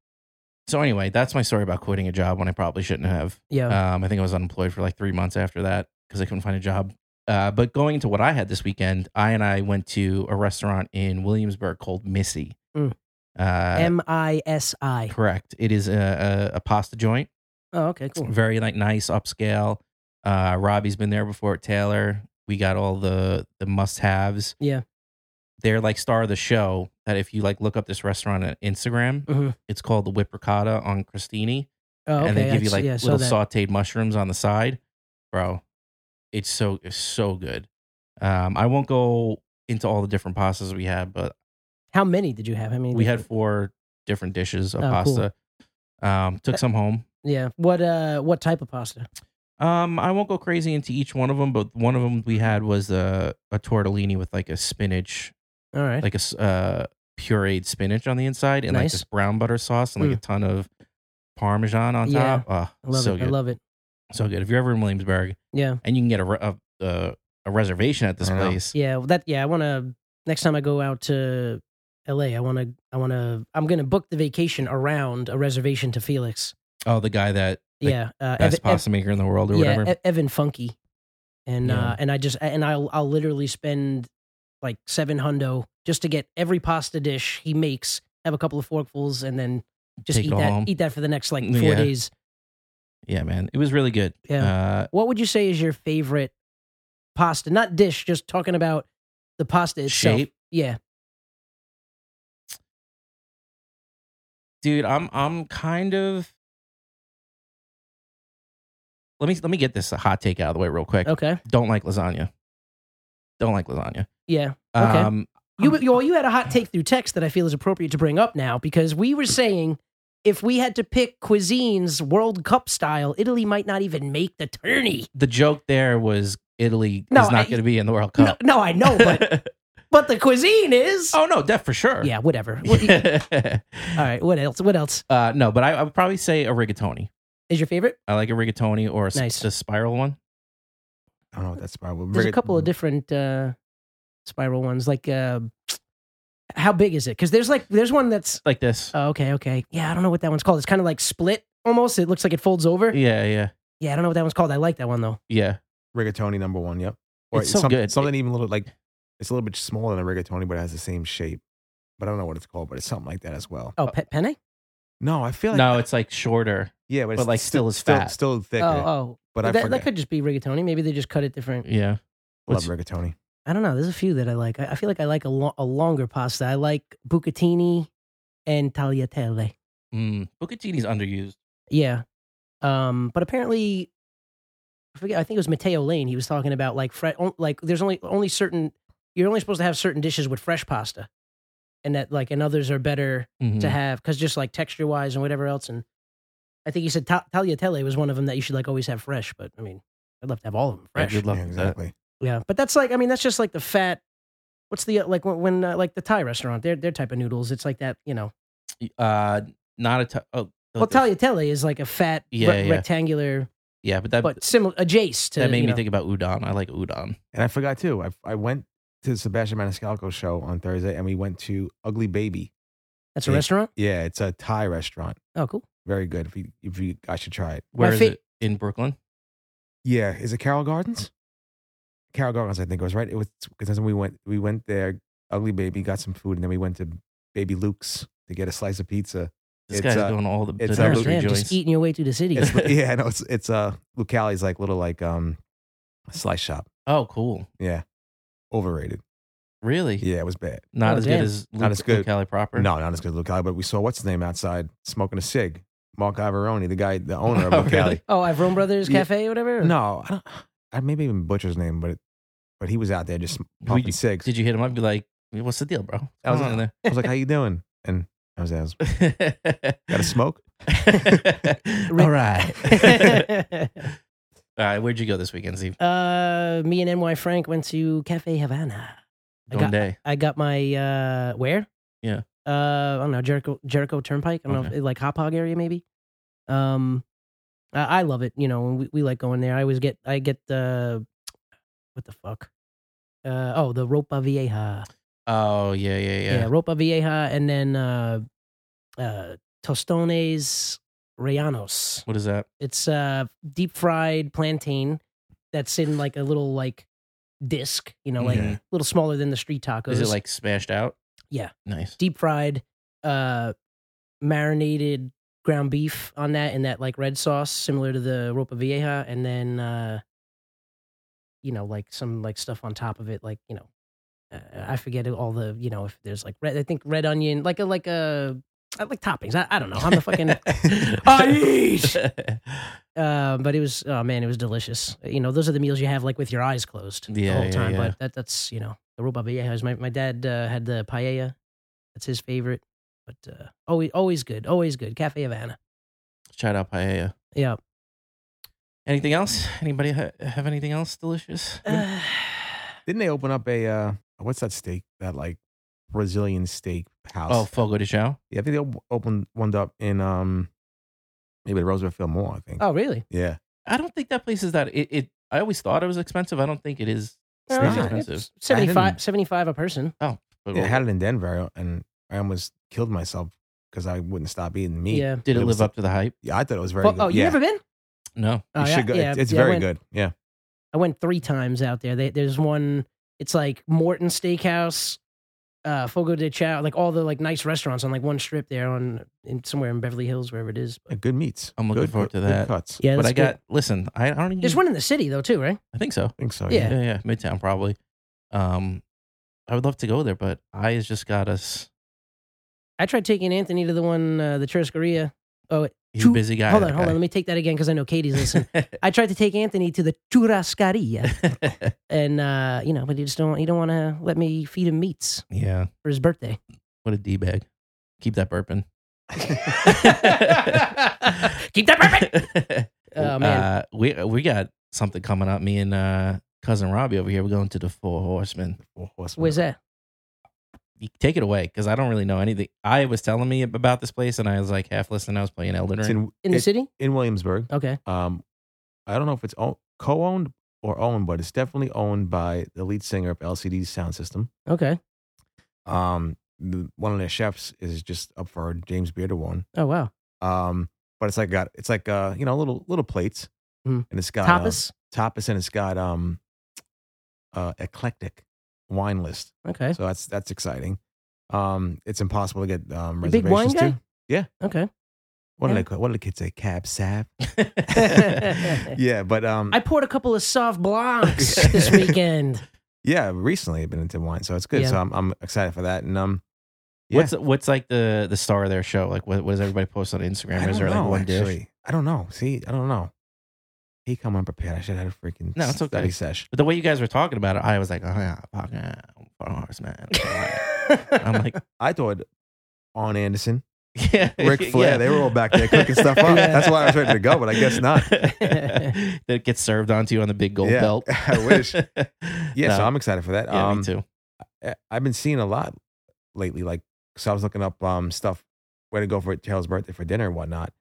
So anyway, that's my story about quitting a job when I probably shouldn't have. Yeah. Um, I think I was unemployed for like three months after that because I couldn't find a job. Uh, but going into what I had this weekend, I and I went to a restaurant in Williamsburg called Missy. Mm. Uh, M I S I. correct. It is a, a, a pasta joint. Oh, okay, cool. Very like nice, upscale. Uh, Robbie's been there before at Taylor. We got all the the must haves. Yeah. They're like star of the show. That if you like look up this restaurant on Instagram, Mhm. it's called the Whip Ricotta on Cristini, Oh, okay. and they give I you s- like yeah, saw little that. sautéed mushrooms on the side, bro. It's so it's so good. Um, I won't go into all the different pastas we had, but How many did you have? How many? we did- had four different dishes of Oh, cool. pasta. Um, took some home. Yeah. What uh what type of pasta? Um, I won't go crazy into each one of them, but one of them we had was a a tortellini with like a spinach, All right. like a s- uh, pureed spinach on the inside, and like Nice. Hmm. this brown butter sauce and like a ton of parmesan on Yeah. top. Ah, I love so it. good, I love it. so good. If you're ever in Williamsburg Yeah. and you can get a re- a, a, a reservation at this I know. place, Yeah, well, that yeah, I want to next time I go out to LA, I want to I want to I'm going to book the vacation around a reservation to Felix. oh, the guy that the yeah, uh, best Ev- Ev- pasta maker in the world or yeah, whatever. E- Evan Funky. And Yeah. uh and I just and I'll I'll literally spend like 7 hundo just to get every pasta dish he makes, have a couple of forkfuls and then just Take it eat all that home. eat that for the next like 4 Yeah. days. yeah, man, it was really good. Yeah. Uh, What would you say is your favorite pasta? Not dish, just talking about the pasta itself. Shape? Yeah. dude i'm i'm kind of let me let me get this hot take out of the way real quick Okay. don't like lasagna don't like lasagna Yeah. Okay. um You, you, well, you had a hot take through text that I feel is appropriate to bring up now because we were saying if we had to pick cuisines World Cup style, Italy might not even make the tourney. the joke there was italy No, is not I- going to be in the world No, cup no, I know, but but the cuisine is. oh no that for sure Yeah, whatever. What- All right, what else? What else uh no but I, I would probably say a rigatoni is your favorite? i like a rigatoni or a, s- Nice. the spiral one I don't know what that's about. There's a couple of different uh, spiral ones. Like, uh, how big is it? Because there's like there's one that's like this oh, okay, okay. Yeah, I don't know what that one's called. It's kind of like split almost. It looks like it folds over. yeah yeah Yeah, I don't know what that one's called. I like that one though. yeah rigatoni number one. Yep. It's so some- good. Something even a little like it's a little bit smaller than a rigatoni, but it has the same shape. But I don't know what it's called, but it's something like that as well. Oh, pe- penne. No, I feel like no it's like shorter yeah, but, but, it's like, still is fat. still, still thicker. Oh, oh, But Well, I that, forget. that could just be rigatoni. Maybe they just cut it different. yeah love What's- rigatoni. I don't know. There's a few that I like. I, I feel like I like a, lo- a longer pasta. I like bucatini and tagliatelle. mm, bucatini's underused Yeah. Um, but apparently, I forget. I think it was Matteo Lane. He was talking about like fre- on- like there's only only certain you're only supposed to have certain dishes with fresh pasta, and that like and others are better Mhm. to have because just like texture wise and whatever else. And I think he said ta- tagliatelle was one of them that you should like always have fresh. But I mean, I'd love to have all of them Yeah, fresh. you'd love yeah, that. exactly. Yeah, but that's like I mean that's just like the fat. What's the uh, like when, when uh, like the Thai restaurant their their type of noodles? It's like that you know. uh not a t- oh, the Well, the- tagliatelle is like a fat, Yeah, re- yeah. rectangular, yeah, but that but similar, adjacent to. that made you me know. think about udon. I like udon. And I forgot too. I I went to Sebastian Maniscalco's show on Thursday, and we went to Ugly Baby. that's a restaurant. Yeah, it's a Thai restaurant. Oh, cool. Very good. If you, if you, I should try it. Where is fa- it? In Brooklyn. Yeah, is it Carroll Gardens? Carroll Gardens, I think it was right. It was because then we went we went there. Ugly Baby got some food, and then we went to Baby Luke's to get a slice of pizza. This It's, guy's uh, doing all the, the it's, uh, Oh, Those nursery damn, joints. just eating your way through the city. It's, yeah, no, it's it's uh Lucali's like little like um slice shop. oh, cool. Yeah, overrated. Really? Yeah, it was bad. Not Oh, as damn. good as Luke, Not as good. Luke Cali proper. No, not as good as Lucali, but we saw what's his name outside smoking a cig. Mark Ivoroni, the guy, the owner of Oh, Lucali. really? oh, Ivrone Brothers Yeah. Cafe or whatever. No, I don't. I maybe even butcher his name, but but he was out there just pumping you- cigs. Did you hit him up? and Be like, what's the deal, bro? I was Oh. in there. I was like, "How you doing?" And I was, I was got a smoke. All right. All right. Where'd you go this weekend, Steve? uh, me and NY Frank went to Cafe Havana. I got- Donde? I got my uh where? Yeah. Uh I don't know, Jericho Jericho Turnpike. I don't know Okay. if like Hop Hog area maybe. Um I, I love it, you know, and we, we like going there. I always get I get the what the fuck? Uh oh, the Ropa Vieja. Oh yeah, yeah, Yeah, yeah. Ropa Vieja and then uh uh Tostones Rayanos. What is that? It's uh deep fried plantain that's in like a little like disc, you know, like Yeah. a little smaller than the street tacos Is it like smashed out? Yeah. Nice. deep fried uh marinated ground beef on that in that like red sauce similar to the ropa vieja and then uh you know like some like stuff on top of it like you know uh, i forget all the you know if there's like red i think red onion like a like a I like toppings i, I don't know i'm the fucking I eat! uh, but it was oh man it was delicious you know those are the meals you have like with your eyes closed Yeah, the whole yeah, time yeah. but that that's you know the ropa vieja is my, my dad uh, had the paella that's his favorite but uh, always always good always good cafe havana Shout out paella. Yeah. Anything else? Anybody ha- have anything else delicious? Uh, Didn't they open up a uh, what's that steak? That like Brazilian steak house? Oh, Fogo de Chao. yeah, I think they op- opened one up in um maybe the Roosevelt Fillmore. I think. oh, really? Yeah, I don't think that place is that. It, it. I always thought it was expensive. I don't think it is. It's Uh, not expensive. it's I 75, didn't- 75 a person. But yeah I had it in Denver, and I almost killed myself because I wouldn't stop eating meat. Yeah. did it It was live up to the hype? Yeah, I thought it was very Well, good. oh, you yeah. never been? No. Oh, you yeah, should go. yeah, it's it's yeah, I very went- good. Yeah. I went three times out there. They, there's one. It's like Morton Steakhouse, uh, Fogo de Chao, like all the like nice restaurants on like one strip there on in somewhere in Beverly Hills, wherever it is. Uh, Good meats. I'm looking Good- forward to good that. Cuts. Yeah, but that's I got. Listen, I, I don't even. There's one in the city though too, right? I think so. I think so. Yeah. Yeah. yeah, Midtown probably. Um, I would love to go there, but I has just got us. I tried taking Anthony to the one uh, the Churrascaria. Oh, wait, He's Two- a busy guy. hold that on, hold on. Let me take that again because I know Katie's listening. I tried to take Anthony to the Churrascaria, guy. and uh, you know, but he just don't. He don't want to let me feed him meats yeah. for his birthday. What a d bag. Keep that burping. Keep that perfect. Oh man, Uh, we we got something coming up. Me and uh, cousin Robbie over here. We're going to the Four Horsemen. Four horsemen. where's that? You take it away because I don't really know anything. I was telling me about this place, and I was like half listening. I was playing Elden It's Ring. in, In the it's city? in Williamsburg. Okay. Um, I don't know if it's o- co-owned or owned, but it's definitely owned by the lead singer of LCD Sound System. Okay. Um, the, one of their chefs is just up for a James Beard Award. Oh wow. Um, but it's like got it's like uh you know little little plates, Mm. and it's got uh, Tapas. tapas, and it's got um, uh, eclectic wine list. Okay. So that's that's exciting. Um, it's impossible to get um The big wine reservations guy? to. Yeah. Okay. Yeah. What do they call? What do the kids say? Cab sav. I yeah, but um, poured a couple of soft blancs this weekend. yeah, recently I've been into wine, so it's good. Yeah. So I'm I'm excited for that. And um, yeah. What's what's like the the star of their show? Like what, what does everybody post on Instagram? I Is don't there know, like one actually. dish? I don't know. See, I don't know. He come unprepared. I should have had a freaking No, it's okay. study sesh. But the way you guys were talking about it, I was like, oh yeah, fuck, yeah, Four Horsemen. I'm like, I thought on Anderson, yeah, Ric Flair, yeah. they were all back there cooking stuff up. That's why I was ready to go, but I guess not. that gets served onto you on the big gold Yeah, belt. I wish. yeah, No. so I'm excited for that. yeah, um, me too. I- I've been seeing a lot lately. Like, so I was looking up um stuff where to go for Carol's birthday for dinner and whatnot.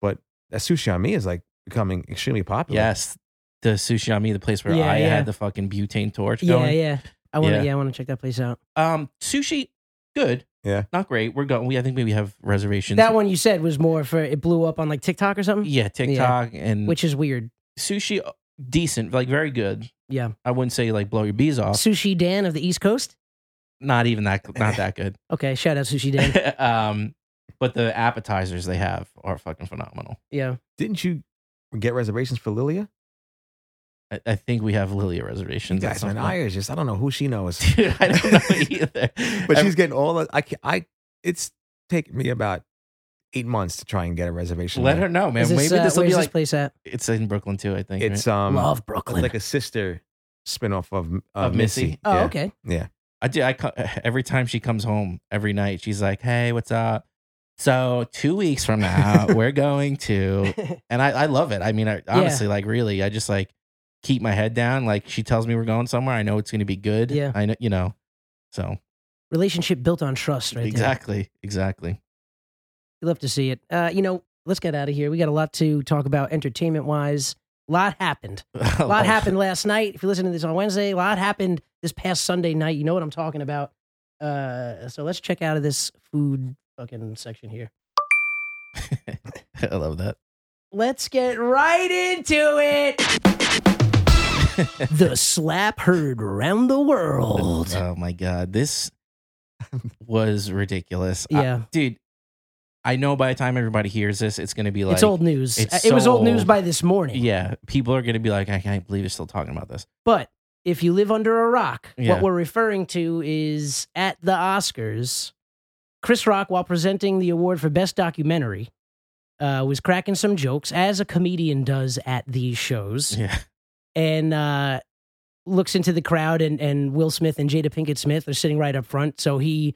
But that sushi on me is like becoming extremely popular. Yes. The sushi on me, the place where Yeah, I yeah. had the fucking butane torch Yeah, going. yeah. I want to. Yeah. Yeah. I want to check that place out. Um, sushi, good. Yeah. Not great. We're going. We I think we have reservations. That one you said was more for it blew up on like TikTok or something, Yeah, TikTok and which is weird. sushi uh, decent, like very good. Yeah. I wouldn't say like blow your bees off. Sushi Dan of the East Coast. Not even that not that good. Okay, shout out Sushi Dan. um but the appetizers they have are fucking phenomenal. yeah, Didn't you get reservations for Lilia? I, I think we have Lilia You reservations. at guys, some man, point. Ira is just, I don't know who she knows. Dude, I don't know either. but she's getting all the, I, can't- I, it's taken me about eight months to try and get a reservation. let there. her know, man. Is this, Maybe uh, this will where's be this like place at? it's in Brooklyn too, I think. It's, right? um, Love Brooklyn. like a sister spinoff of, of, Of Missy. Missy. oh, Yeah. okay. Yeah. I do. I co- every time she comes home every night, she's like, "Hey, what's up?" So two weeks from now, we're going to, and I, I love it. I mean, I, honestly, like, really, I just like keep my head down. Like she tells me we're going somewhere, I know it's going to be good. Yeah. I know, you know. So Relationship built on trust, right there. exactly, exactly. You love to see it. Uh, you know, let's get out of here. We got a lot to talk about entertainment wise. A lot happened. A Oh, lot happened last night. If you listen to this on Wednesday, a lot happened this past Sunday night. You know what I'm talking about. Uh, so let's check out of this food fucking section here. I love that. Let's get right into it. the slap heard around the world. Oh my god, this was ridiculous. I- Yeah. dude. I know by the time everybody hears this, it's going to be like it's old news. it's it was so old news old. by this morning. Yeah, people are going to be like, I can't believe you're still talking about this. But if you live under a rock, Yeah. what we're referring to is at the Oscars, Chris Rock, while presenting the award for Best Documentary, uh, was cracking some jokes, as a comedian does at these shows, Yeah, and uh, looks into the crowd, and, and Will Smith and Jada Pinkett Smith are sitting right up front. So he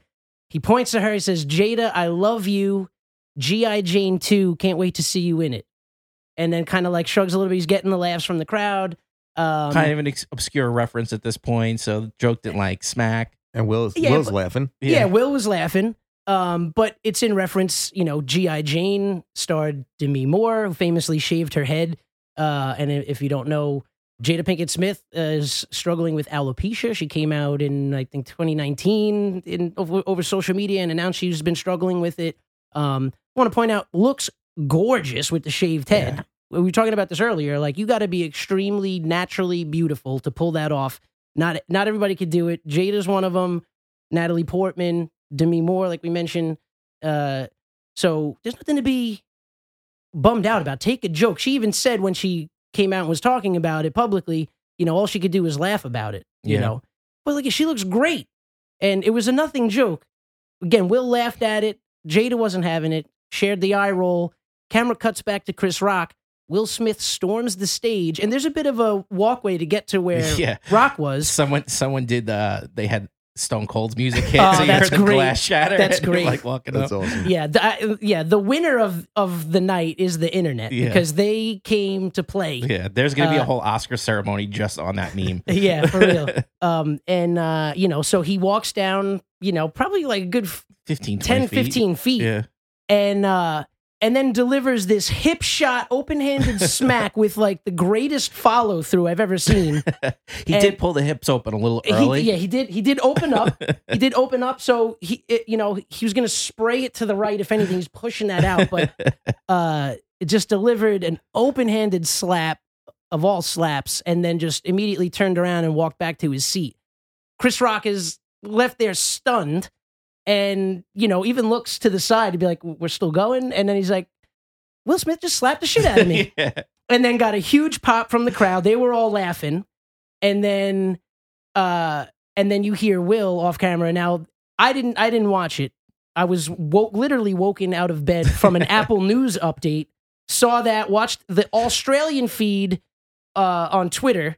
he points to her, he says, Jada, I love you. G.I. Jane 2, can't wait to see you in it. And then kind of like shrugs a little bit. He's getting the laughs from the crowd. Um, kind of an ex- obscure reference at this point, so the joke didn't like smack. And Will's, Yeah, Will's but- laughing. Yeah. Will was laughing. Um, but it's in reference, you know, G.I. Jane starred Demi Moore, who famously shaved her head. Uh, and i- if you don't know, Jada Pinkett Smith uh, is struggling with alopecia. She came out in, I think, 2019 in, over, over social media and announced she's been struggling with it. Um, want to point out, looks gorgeous with the shaved head. We were talking about this earlier. Like, you got to be extremely naturally beautiful to pull that off. Not, not everybody could do it. Jada's one of them. Natalie Portman, Demi Moore, like we mentioned. Uh, so there's nothing to be bummed out about. Take a joke. She even said when she came out and was talking about it publicly, you know, all she could do was laugh about it. You Yeah. know, but like she looks great, and it was a nothing joke. Again, Will laughed at it. Jada wasn't having it. Shared the eye roll. Camera cuts back to Chris Rock. Will Smith storms the stage, and there's a bit of a walkway to get to where Yeah. Rock was. Someone, someone did. Uh, they had Stone Cold's music hit, Oh, so you that's heard the great. glass shatter. That's and you're, great. Like walking That's up. awesome. yeah, the, I- yeah. The winner of of the night is the internet Yeah. because they came to play. Yeah, Yeah, there's gonna be a Uh, whole Oscar ceremony just on that meme. for real. Um, and uh, you know, so he walks down, you know, probably like a good f- 15, 10, 20 feet. 15 feet, Yeah, and uh, and then delivers this hip shot, open handed smack with like the greatest follow through I've ever seen. he And- did pull the hips open a little early. He, yeah, he did. He did open up. he did open up. So he, it, you know, he was going to spray it to the right. If anything, he's pushing that out, but uh, it just delivered an open-handed slap of all slaps, and then just immediately turned around and walked back to his seat. Chris Rock is left there stunned, and you know, even looks to the side to be like, "We're still going," and then he's like. Will Smith just slapped the shit out of me yeah. and then got a huge pop from the crowd. They were all laughing, and then, uh, and then you hear Will off camera. Now I didn't, I didn't watch it. I was woke, literally woken out of bed from an Apple News update. Saw that, watched the Australian feed uh, on Twitter,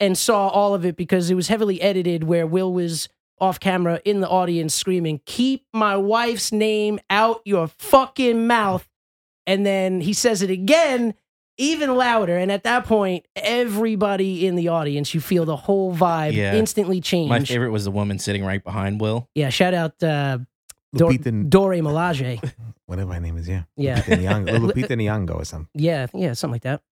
and saw all of it because it was heavily edited where Will was off camera in the audience screaming, "Keep my wife's name out your fucking mouth." And then he says it again, even louder. And at that point, everybody in the audience, you feel the whole vibe Yeah. instantly change. My favorite was the woman sitting right behind Will. Yeah, shout out uh, Dor- Lupita, Dore Melage. whatever her name is, yeah. Yeah. Lupita Nyong'o, Lupita Nyong'o or something. Yeah, yeah, something like that.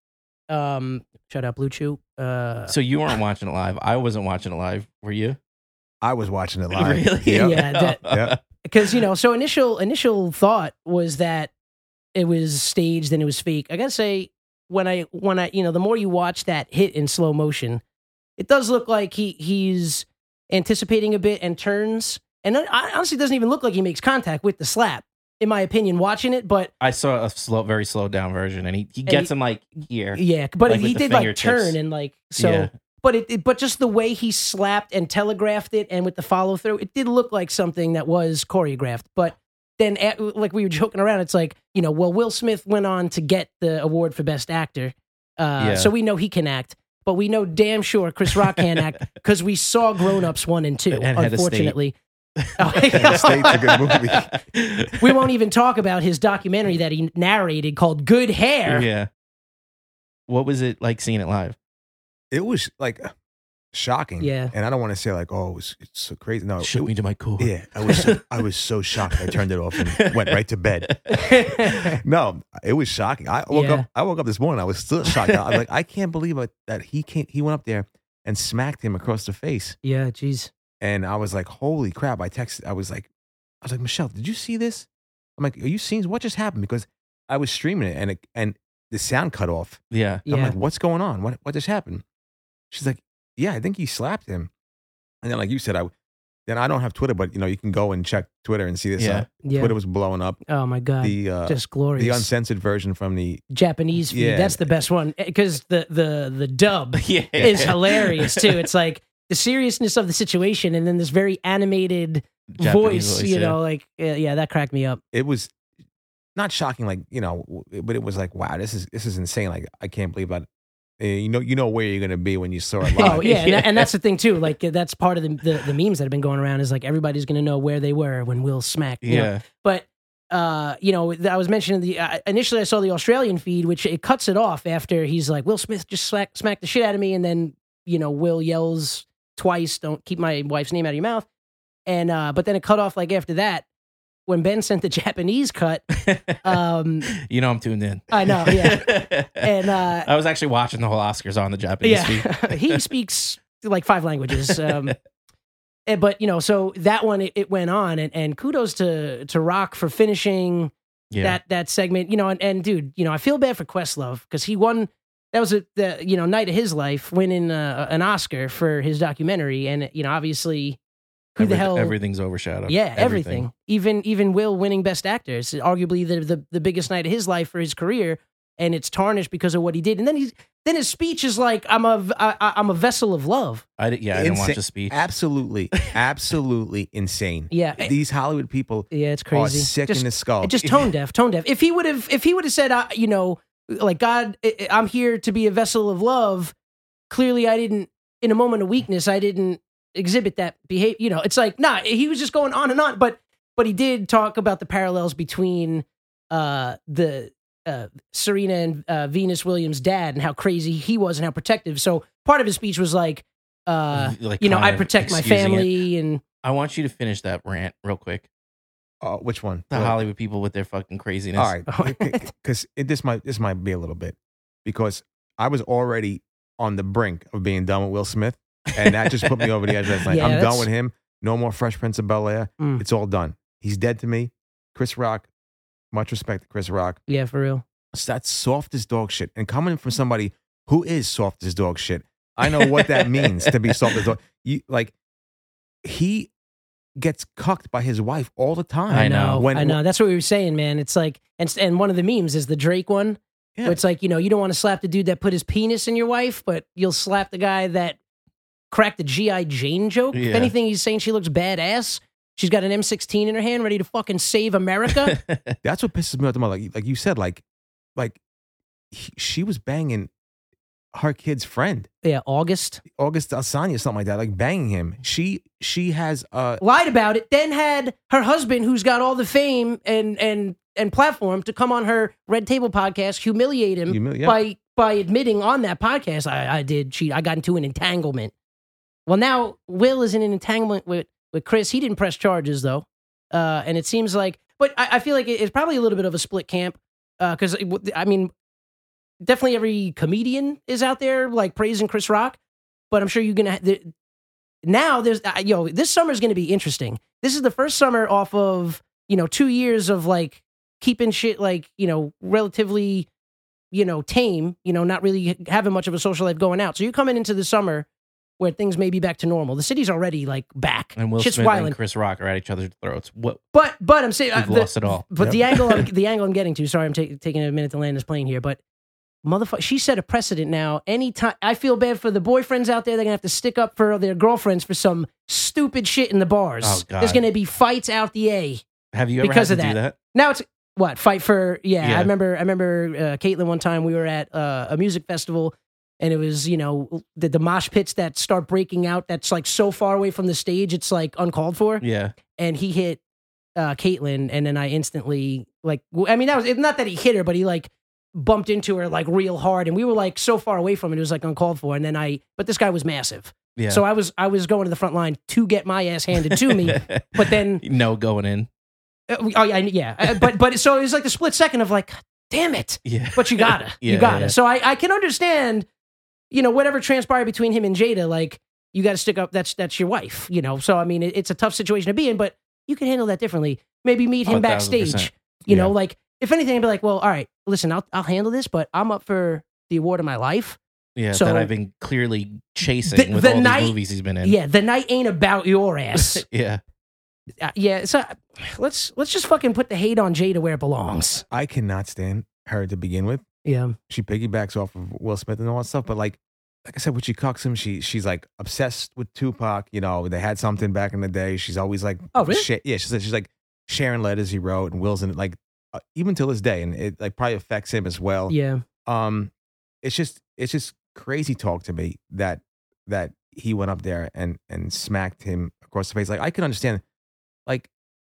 Um, shout out Blue Chew. Uh, So you weren't watching it live. I wasn't watching it live. Were you? I was watching it live. Really? Yep. Yeah, that- Yep. because you know, so initial initial thought was that it was staged and it was fake. I gotta say, when I when I you know, the more you watch that hit in slow motion, it does look like he he's anticipating a bit and turns, and then, I, honestly, it doesn't even look like he makes contact with the slap, in my opinion, watching it. But I saw a slow, very slowed down version, and he, he And gets he- him like here. yeah, but Like he with the did like fingertips. turn and like so. Yeah. But it, it, but just the way he slapped and telegraphed it, and with the follow through, it did look like something that was choreographed. But then, at, like we were joking around, it's like you know, well, Will Smith went on to get the award for best actor, uh, Yeah. so we know he can act. But we know damn sure Chris Rock can act because we saw Grown Ups one and two. And Head of State. unfortunately, Oh, The State's a good movie. we won't even talk about his documentary that he narrated called "Good Hair." Yeah. What was it like seeing it live? It was like shocking. Yeah. And I don't want to say like, oh, it was, it's so crazy. No. Shoot it- me to my core. Oh, yeah. I was so, I was so shocked. I turned it off and went right to bed. No, it was shocking. I woke Yeah. up. I woke up this morning. I was still shocked. I was like, I can't believe it, that he came. He went up there and smacked him across the face. yeah, jeez. And I was like, holy crap. I texted, I was like, I was like, Michelle, did you see this? I'm like, are you seeing what just happened? Because I was streaming it and it, and the sound cut off. Yeah. Yeah. I'm like, what's going on? What what just happened? She's like, yeah, I think he slapped him. And then like you said, I then I don't have Twitter, but you know, you can go and check Twitter and see this. Yeah. Uh, yeah. Twitter was blowing up. Oh my god, The uh, just glorious. the uncensored version from the Japanese feed. Yeah. That's the best one because the the the dub Yeah. is hilarious too. It's like the seriousness of the situation and then this very animated Japanese voice, you yeah. know, like yeah, yeah, that cracked me up. it was not shocking, like you know, w- but it was like, wow, this is this is insane. Like I can't believe that. Uh, You know, you know where you're gonna be when you saw it live. Oh yeah, And, that- and that's the thing too. Like that's part of the, the the memes that have been going around is like everybody's gonna know where they were when Will smacked. you know? Yeah. but uh, you know, th- I was mentioning the uh, initially I saw the Australian feed, which it cuts it off after he's like, Will Smith just smack, smacked the shit out of me, and then you know, Will yells twice, "Don't keep my wife's name out of your mouth," and uh, but then it cut off like after that when Ben sent the Japanese cut. Um, you know I'm tuned in. I know, yeah, and uh, I was actually watching the whole Oscars on the Japanese feed. yeah, he speaks like five languages. Um, eh, but you know, so that one it, it went on, and, and kudos to to Rock for finishing Yeah. that that segment. You know, and, and dude, you know, I feel bad for Questlove because he won. That was a the you know night of his life, winning uh, an Oscar for his documentary, and you know, obviously, who the Everyth- hell? Everything's overshadowed. Yeah, everything. Even even Will winning Best Actor is arguably the, the the biggest night of his life for his career, and it's tarnished because of what he did. And then he's then his speech is like, "I'm a v- I, I- I'm a vessel of love." I did, yeah, I didn't watch Insane. the speech. Absolutely, absolutely insane. Yeah, These Hollywood people yeah, Oh, it's are crazy. sick Just- in the Oh, skull. just tone deaf tone deaf if he would have if he would have said uh, you know like god I- I- i'm here to be a vessel of love clearly i didn't in a moment of weakness i didn't exhibit that behavior you know it's like nah he was just going on and on but but he did talk about the parallels between uh the uh, Serena and uh, Venus Williams' dad, and how crazy he was, and how protective. So part of his speech was like, uh, Like, you know, Mm-hmm. kind I of protect my excusing it. family, and I want you to finish that rant real quick. Uh, which one? The Well, Hollywood people with their fucking craziness. All right, because this might this might be a little bit because I was already on the brink of being done with Will Smith, and that just put me over the edge. I was like, Yeah, I'm that's- done with him. No more Fresh Prince of Bel Air. Mm. It's all done. He's dead to me. Chris Rock, much respect to Chris Rock. yeah, for real. It's that soft as dog shit. And coming from somebody who is soft as dog shit, I know what that means to be soft as dog. You like he gets cucked by his wife all the time. I know. When- I know. That's what we were saying, man. It's like, and and one of the memes is the Drake one. Yeah. Where it's like, you know, you don't want to slap the dude that put his penis in your wife, but you'll slap the guy that cracked the GI Jane joke. If Yeah. anything, he's saying she looks badass. She's got an M16 in her hand, ready to fucking save America. That's what pisses me off the most. Like, like you said, like, like he, she was banging her kid's friend, yeah, August August Alsanya, something like that. Like banging him. She she has uh lied about it. Then had her husband, who's got all the fame and and and platform, to come on her Red Table podcast, humiliate him humili- yeah. by by admitting on that podcast I, I did cheat. I got into an entanglement. Well, now Will is in an entanglement with with Chris. He didn't press charges though. Uh, and it seems like, but I, I feel like it- it's probably a little bit of a split camp uh, because I mean, definitely every comedian is out there like praising Chris Rock, but I'm sure you're gonna. There, now there's uh, yo, this summer's gonna be interesting. This is the first summer off of you know two years of like keeping shit like you know relatively you know tame you know not really having much of a social life going out so you're coming into the summer where things may be back to normal the city's already like back And Will shit's Smith wilding and Chris Rock are at each other's throats. What but but i'm saying uh, we've the- lost it all. but Yep. the angle I'm, the angle I'm getting to, sorry, I'm ta- taking a minute to land this plane here, but motherfucker, she set a precedent now. Anytime I feel bad for the boyfriends out there, they're gonna have to stick up for their girlfriends for some stupid shit in the bars. Oh, God. There's gonna be fights out the A. Have you ever Because had of to do that? Now it's what fight for? Yeah, Yeah. I remember. I remember uh, Caitlin one time we were at uh, a music festival. And it was, you know, the, the mosh pits that start breaking out. That's like so far away from the stage, it's like uncalled for Yeah. and he hit uh Caitlyn, and then I instantly like w- I mean that was it's not that he hit her, but he like bumped into her like real hard, and we were like so far away from it, it was like uncalled for. And then I, but this guy was massive, Yeah. so I was I was going to the front line to get my ass handed to me. but then- no going in. Uh, we- oh yeah, I- yeah, Uh, but but so it was like the split second of like, damn it, Yeah. but you gotta, Yeah, you gotta. yeah. So I I can understand, you know, whatever transpired between him and Jada, like. You got to stick up. That's that's your wife, you know. So I mean, it, it's a tough situation to be in, but you can handle that differently. Maybe meet him Oh, 1000%. backstage, you know, Yeah. like if anything, I'd be like, well, all right, listen, I'll, I'll handle this, but I'm up for the award of my life. Yeah, So- that I've been clearly chasing The- with the all night- these movies he's been in. yeah, the night ain't about your ass. Yeah. Uh, yeah, so uh, let's let's just fucking put the hate on Jada where it belongs. I cannot stand her to begin with. Yeah, She piggybacks off of Will Smith and all that stuff, but like, like I said, when she cucks him, she she's like obsessed with Tupac. You know, they had something back in the day. She's always like, Oh, really? sha- yeah, she's she's like sharing letters he wrote and Will's in it, like uh, even till this day, and it like probably affects him as well. yeah, um it's just it's just crazy talk to me that that he went up there and and smacked him across the face like i can understand like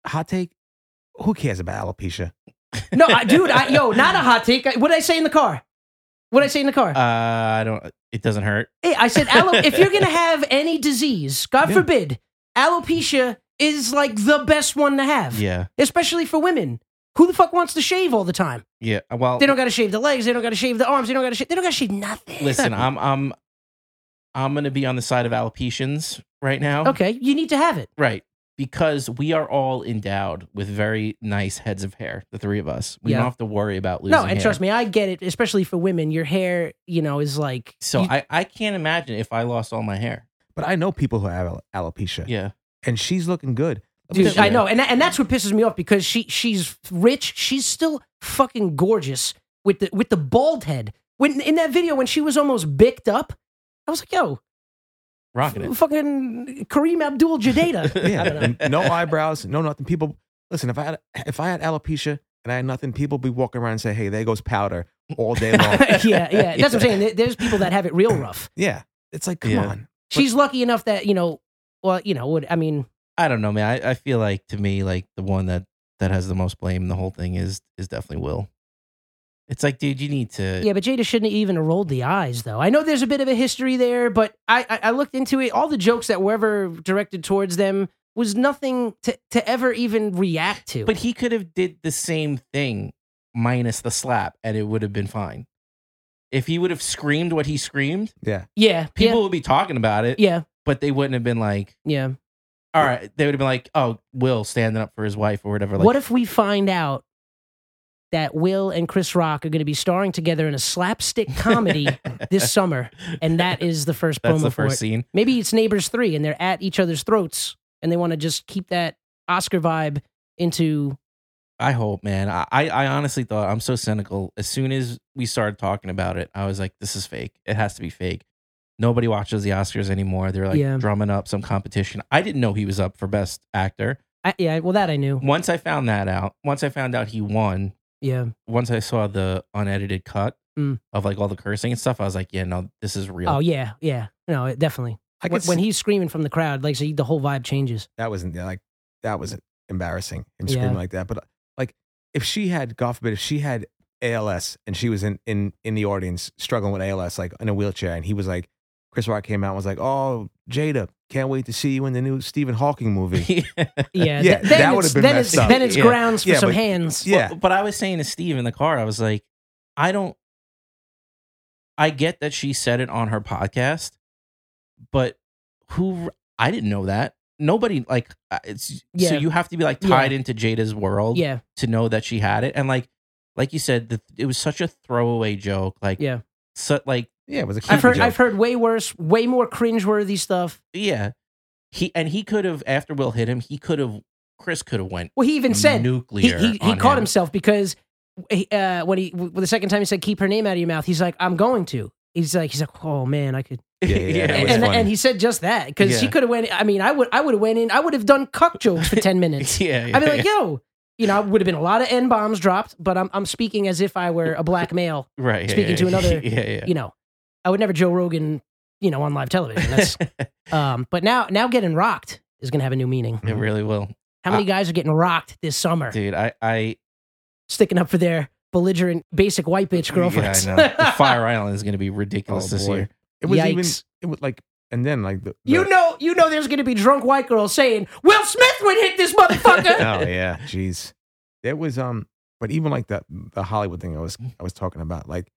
hot take who cares about alopecia no, I, dude, I, yo, not a hot take. What did I say in the car? What did I say in the car? Uh, I don't. It doesn't hurt. Hey, I said, alo- if you're gonna have any disease, God Yeah. forbid, alopecia is like the best one to have, Yeah. especially for women. Who the fuck wants to shave all the time? Yeah. uh, Well, They don't got to shave the legs. They don't got to shave the arms. They don't got to shave. They don't got to shave nothing. listen. I'm. I'm. I'm gonna be on the side of alopecians right now. okay, you need to have it. Right. Because we are all endowed with very nice heads of hair. The three of us. We Yeah. don't have to worry about losing. No, and trust me, I get it. Especially for women, your hair, you know, is like So you- I, I can't imagine if I lost all my hair. but i know people who have al- alopecia Yeah. and she's looking good Dude, Yeah. I know, and and that's what pisses me off because she she's rich. She's still fucking gorgeous with the with the bald head. When in that video when she was almost bicked up, I was like, yo, Rocking it. fucking Kareem Abdul Jadeda. yeah I don't and no eyebrows no nothing people listen if i had if i had alopecia and i had nothing people be walking around and say hey there goes powder all day long yeah, yeah. That's what I'm saying. There- There's people that have it real rough. yeah it's like come Yeah. on She's lucky enough that you know, well, you know, would I mean, I don't know, man. I, I feel like to me, like the one that that has the most blame in the whole thing is is definitely Will. It's like, dude, you need to. yeah, but Jada shouldn't have even have rolled the eyes though. I know there's a bit of a history there, but I I, I looked into it. All the jokes that were ever directed towards them was nothing to to ever even react to. But he could have did the same thing minus the slap, and it would have been fine. If he would have screamed what he screamed, yeah yeah, people would be talking about it, yeah, but they wouldn't have been like, yeah, yeah. all right, they would have been like, oh, Will standing up for his wife or whatever. Like, what if we find out that Will and Chris Rock are going to be starring together in a slapstick comedy this summer, and that is the first that's promo the for first it. scene? Maybe it's Neighbors three, and they're at each other's throats, and they want to just keep that Oscar vibe into. I hope, man. I, I I honestly thought I'm so cynical. As soon as we started talking about it, I was like, this is fake. It has to be fake. Nobody watches the Oscars anymore. They're like Yeah. drumming up some competition. I didn't know he was up for best actor. I, yeah, well, that I knew. Once I found that out, once I found out he won, Yeah, once I saw the unedited cut Mm. of like all the cursing and stuff, I was like, yeah, no, this is real. Oh yeah, yeah. No, it, definitely. i When, could when he's screaming from the crowd, like so the whole vibe changes. that wasn't like that was embarrassing him Yeah. screaming like that. But uh, like if she had, God forbid, if she had ALS and she was in in in the audience struggling with ALS, like in a wheelchair, and he was like Chris Rock came out and was like, "Oh, Jada, can't wait to see you in the new Stephen Hawking movie." Yeah, Yeah, th- that then would've it's- been then messed it's, up. Then it's Yeah. grounds for Yeah, some but- hands. yeah, Well, but I was saying to Steve in the car, I was like, I don't. I get that she said it on her podcast, but who? I didn't know that. Nobody like uh, it's. So Yeah. you have to be like Yeah. tied into Jada's world Yeah, to know that she had it, and like, like you said, the, it was such a throwaway joke. Like, yeah. so, like, yeah, it was a creepy I've heard joke. I've heard way worse, way more cringeworthy stuff. yeah, he and he could have after Will hit him, he could have Chris could have went Well, he even said he nuclear. he, he on caught him. himself because he, uh, when he well, the second time he said keep her name out of your mouth, he's like I'm going to. He's like he's like oh man, I could. Yeah, yeah, yeah. That And, was and, funny. and he said just that because she Yeah. could have went. I mean, I would I would have went in. I would have done cuck jokes for ten minutes. yeah, yeah, I'd be yeah. like yo. You know, would have been a lot of n bombs dropped, but I'm I'm speaking as if I were a black male right yeah, speaking yeah, to another- yeah, yeah. you know, I would never Joe Rogan, you know, on live television. That's, um, but now, now getting rocked is going to have a new meaning. It really will, How many guys are getting rocked this summer, Ah. dude. I, I sticking up for their belligerent, basic white bitch girlfriends? Yeah, I know. The Fire Island is going to be ridiculous Oh, this boy. year. It was even. Yikes. It was like, and then like the, you the- know, you know, there's going to be drunk white girls saying, "Will Smith would hit this motherfucker." oh yeah, jeez. There was um, but even like the the Hollywood thing I was I was talking about, like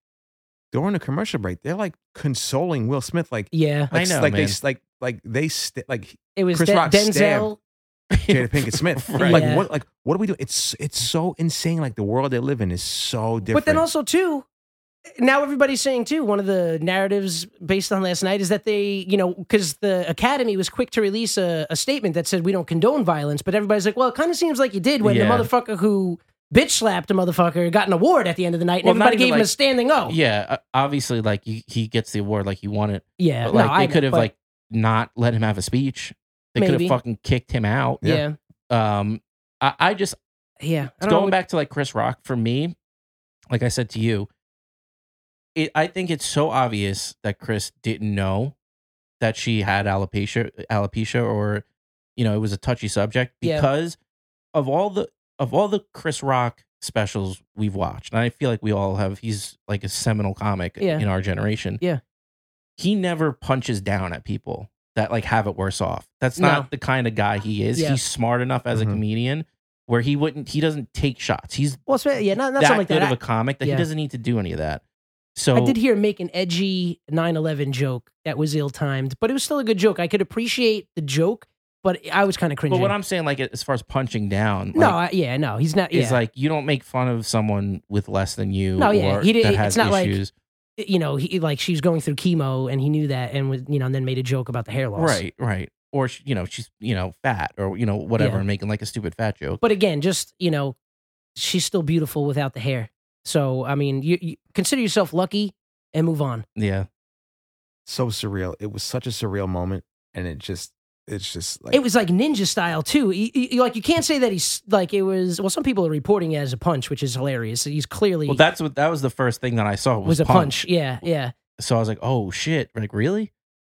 during the commercial break, they're like consoling Will Smith, like yeah, I like, know, like man. they like like they st- like it was Chris Den- Rock Denzel. Jada Pinkett Smith, Right. like Yeah. what like what are we doing? It's it's so insane. Like the world they live in is so But different. then also too, now everybody's saying too. One of the narratives based on last night is that they, you know, because the Academy was quick to release a, a statement that said we don't condone violence, but everybody's like, well, it kind of seems like you did when Yeah. the motherfucker who bitch slapped a motherfucker got an award at the end of the night, and Well, not everybody even gave him a like- standing O. Yeah, Yeah, uh, obviously, like he, he gets the award, like he won it. yeah, But, like no, I they know, could have but- like not let him have a speech. They could Maybe. have fucking kicked him out. yeah, Yeah. yeah. Um, I, I just I don't know going what- back to like Chris Rock for me, like I said to you, it I think it's so obvious that Chris didn't know that she had alopecia, alopecia, or you know, it was a touchy subject Yeah. because of all the of all the Chris Rock specials we've watched, and I feel like we all have. He's like a seminal comic Yeah. in our generation. Yeah. he never punches down at people that like have it worse off. That's No. not the kind of guy he is. Yeah. He's smart enough as Mhm. a comedian where he wouldn't he doesn't take shots. He's Well, it's- yeah, not, not that something like good that. of a comic that yeah. he doesn't need to do any of that. So I did hear him make an edgy 9-11 joke that was ill-timed, but it was still a good joke. I could appreciate the joke, but I was kind of cringing. but what I'm saying, like as far as punching down, no, like, I, yeah, no, he's not. Yeah. is like you don't make fun of someone with less than you. No, yeah, or he did- that it's has not like- issues. you know, he like she's going through chemo and he knew that and was you know, and then made a joke about the hair loss. right, right, or she- you know she's you know fat or you know whatever, Yeah. and making like a stupid fat joke. But again, just you know, she's still beautiful without the hair. So I mean, you, you consider yourself lucky and move on. yeah, so surreal. It was such a surreal moment, and it just it's just like It was like ninja style too. He- he- like you can't say that he's like it was. Well, some people are reporting it as a punch, which is hilarious. He's clearly well that's what that was the first thing that I saw was, was a punch. Yeah, yeah. So I was like, oh shit, like really?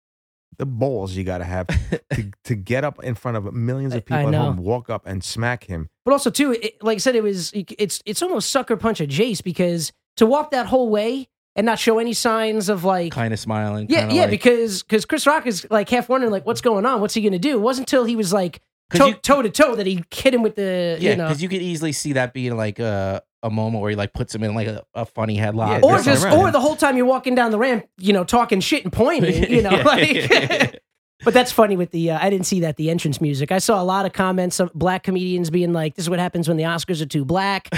the balls you got to have to, to get up in front of millions of I- I people at know. home, walk up and smack him. But also too, it, like I said, it was it's it's almost sucker punch of Jace because to walk that whole way and not show any signs of like Kind of smiling. Yeah, kinda yeah, like- because because Chris Rock is like half wondering like what's going on, what's he gonna do? It wasn't until he was like 'Cause toe you- toe to toe that he hit him with the Yeah, uh, you know because you, could easily see that being like a a moment where he like puts him in like a, a funny headlock, Yeah, or that's just right. or the whole time you're walking down the ramp, you know, talking shit and pointing, you know, like. but that's funny with the uh, I didn't see that the entrance music. I saw a lot of comments some black comedians being like, "This is what happens when the Oscars are too black."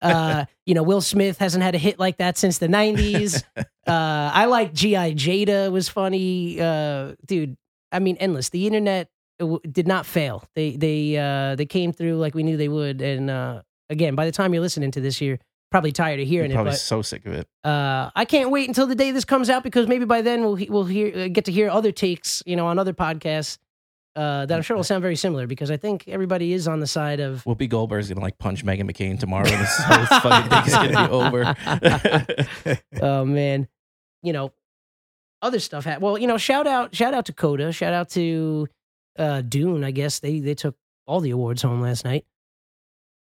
Uh, you know, Will Smith hasn't had a hit like that since the '90s. Uh, I like GI Jada was funny, uh, dude. I mean, endless. The internet w- did not fail. They they uh, they came through like we knew they would. And uh, again, by the time you're listening to this, you're probably tired of You're hearing it. probably But so sick of it. uh, I can't wait until the day this comes out because maybe by then we'll he- we'll hear uh, get to hear other takes, you know, on other podcasts uh, that I'm sure will sound very similar because I think everybody is on the side of. Whoopi Goldberg's gonna like punch Megan McCain tomorrow, and this whole fucking thing's gonna be over. Oh man, you know, other stuff. Ha- well, you know, shout out shout out to Coda, shout out to uh, Dune. I guess they they took all the awards home last night.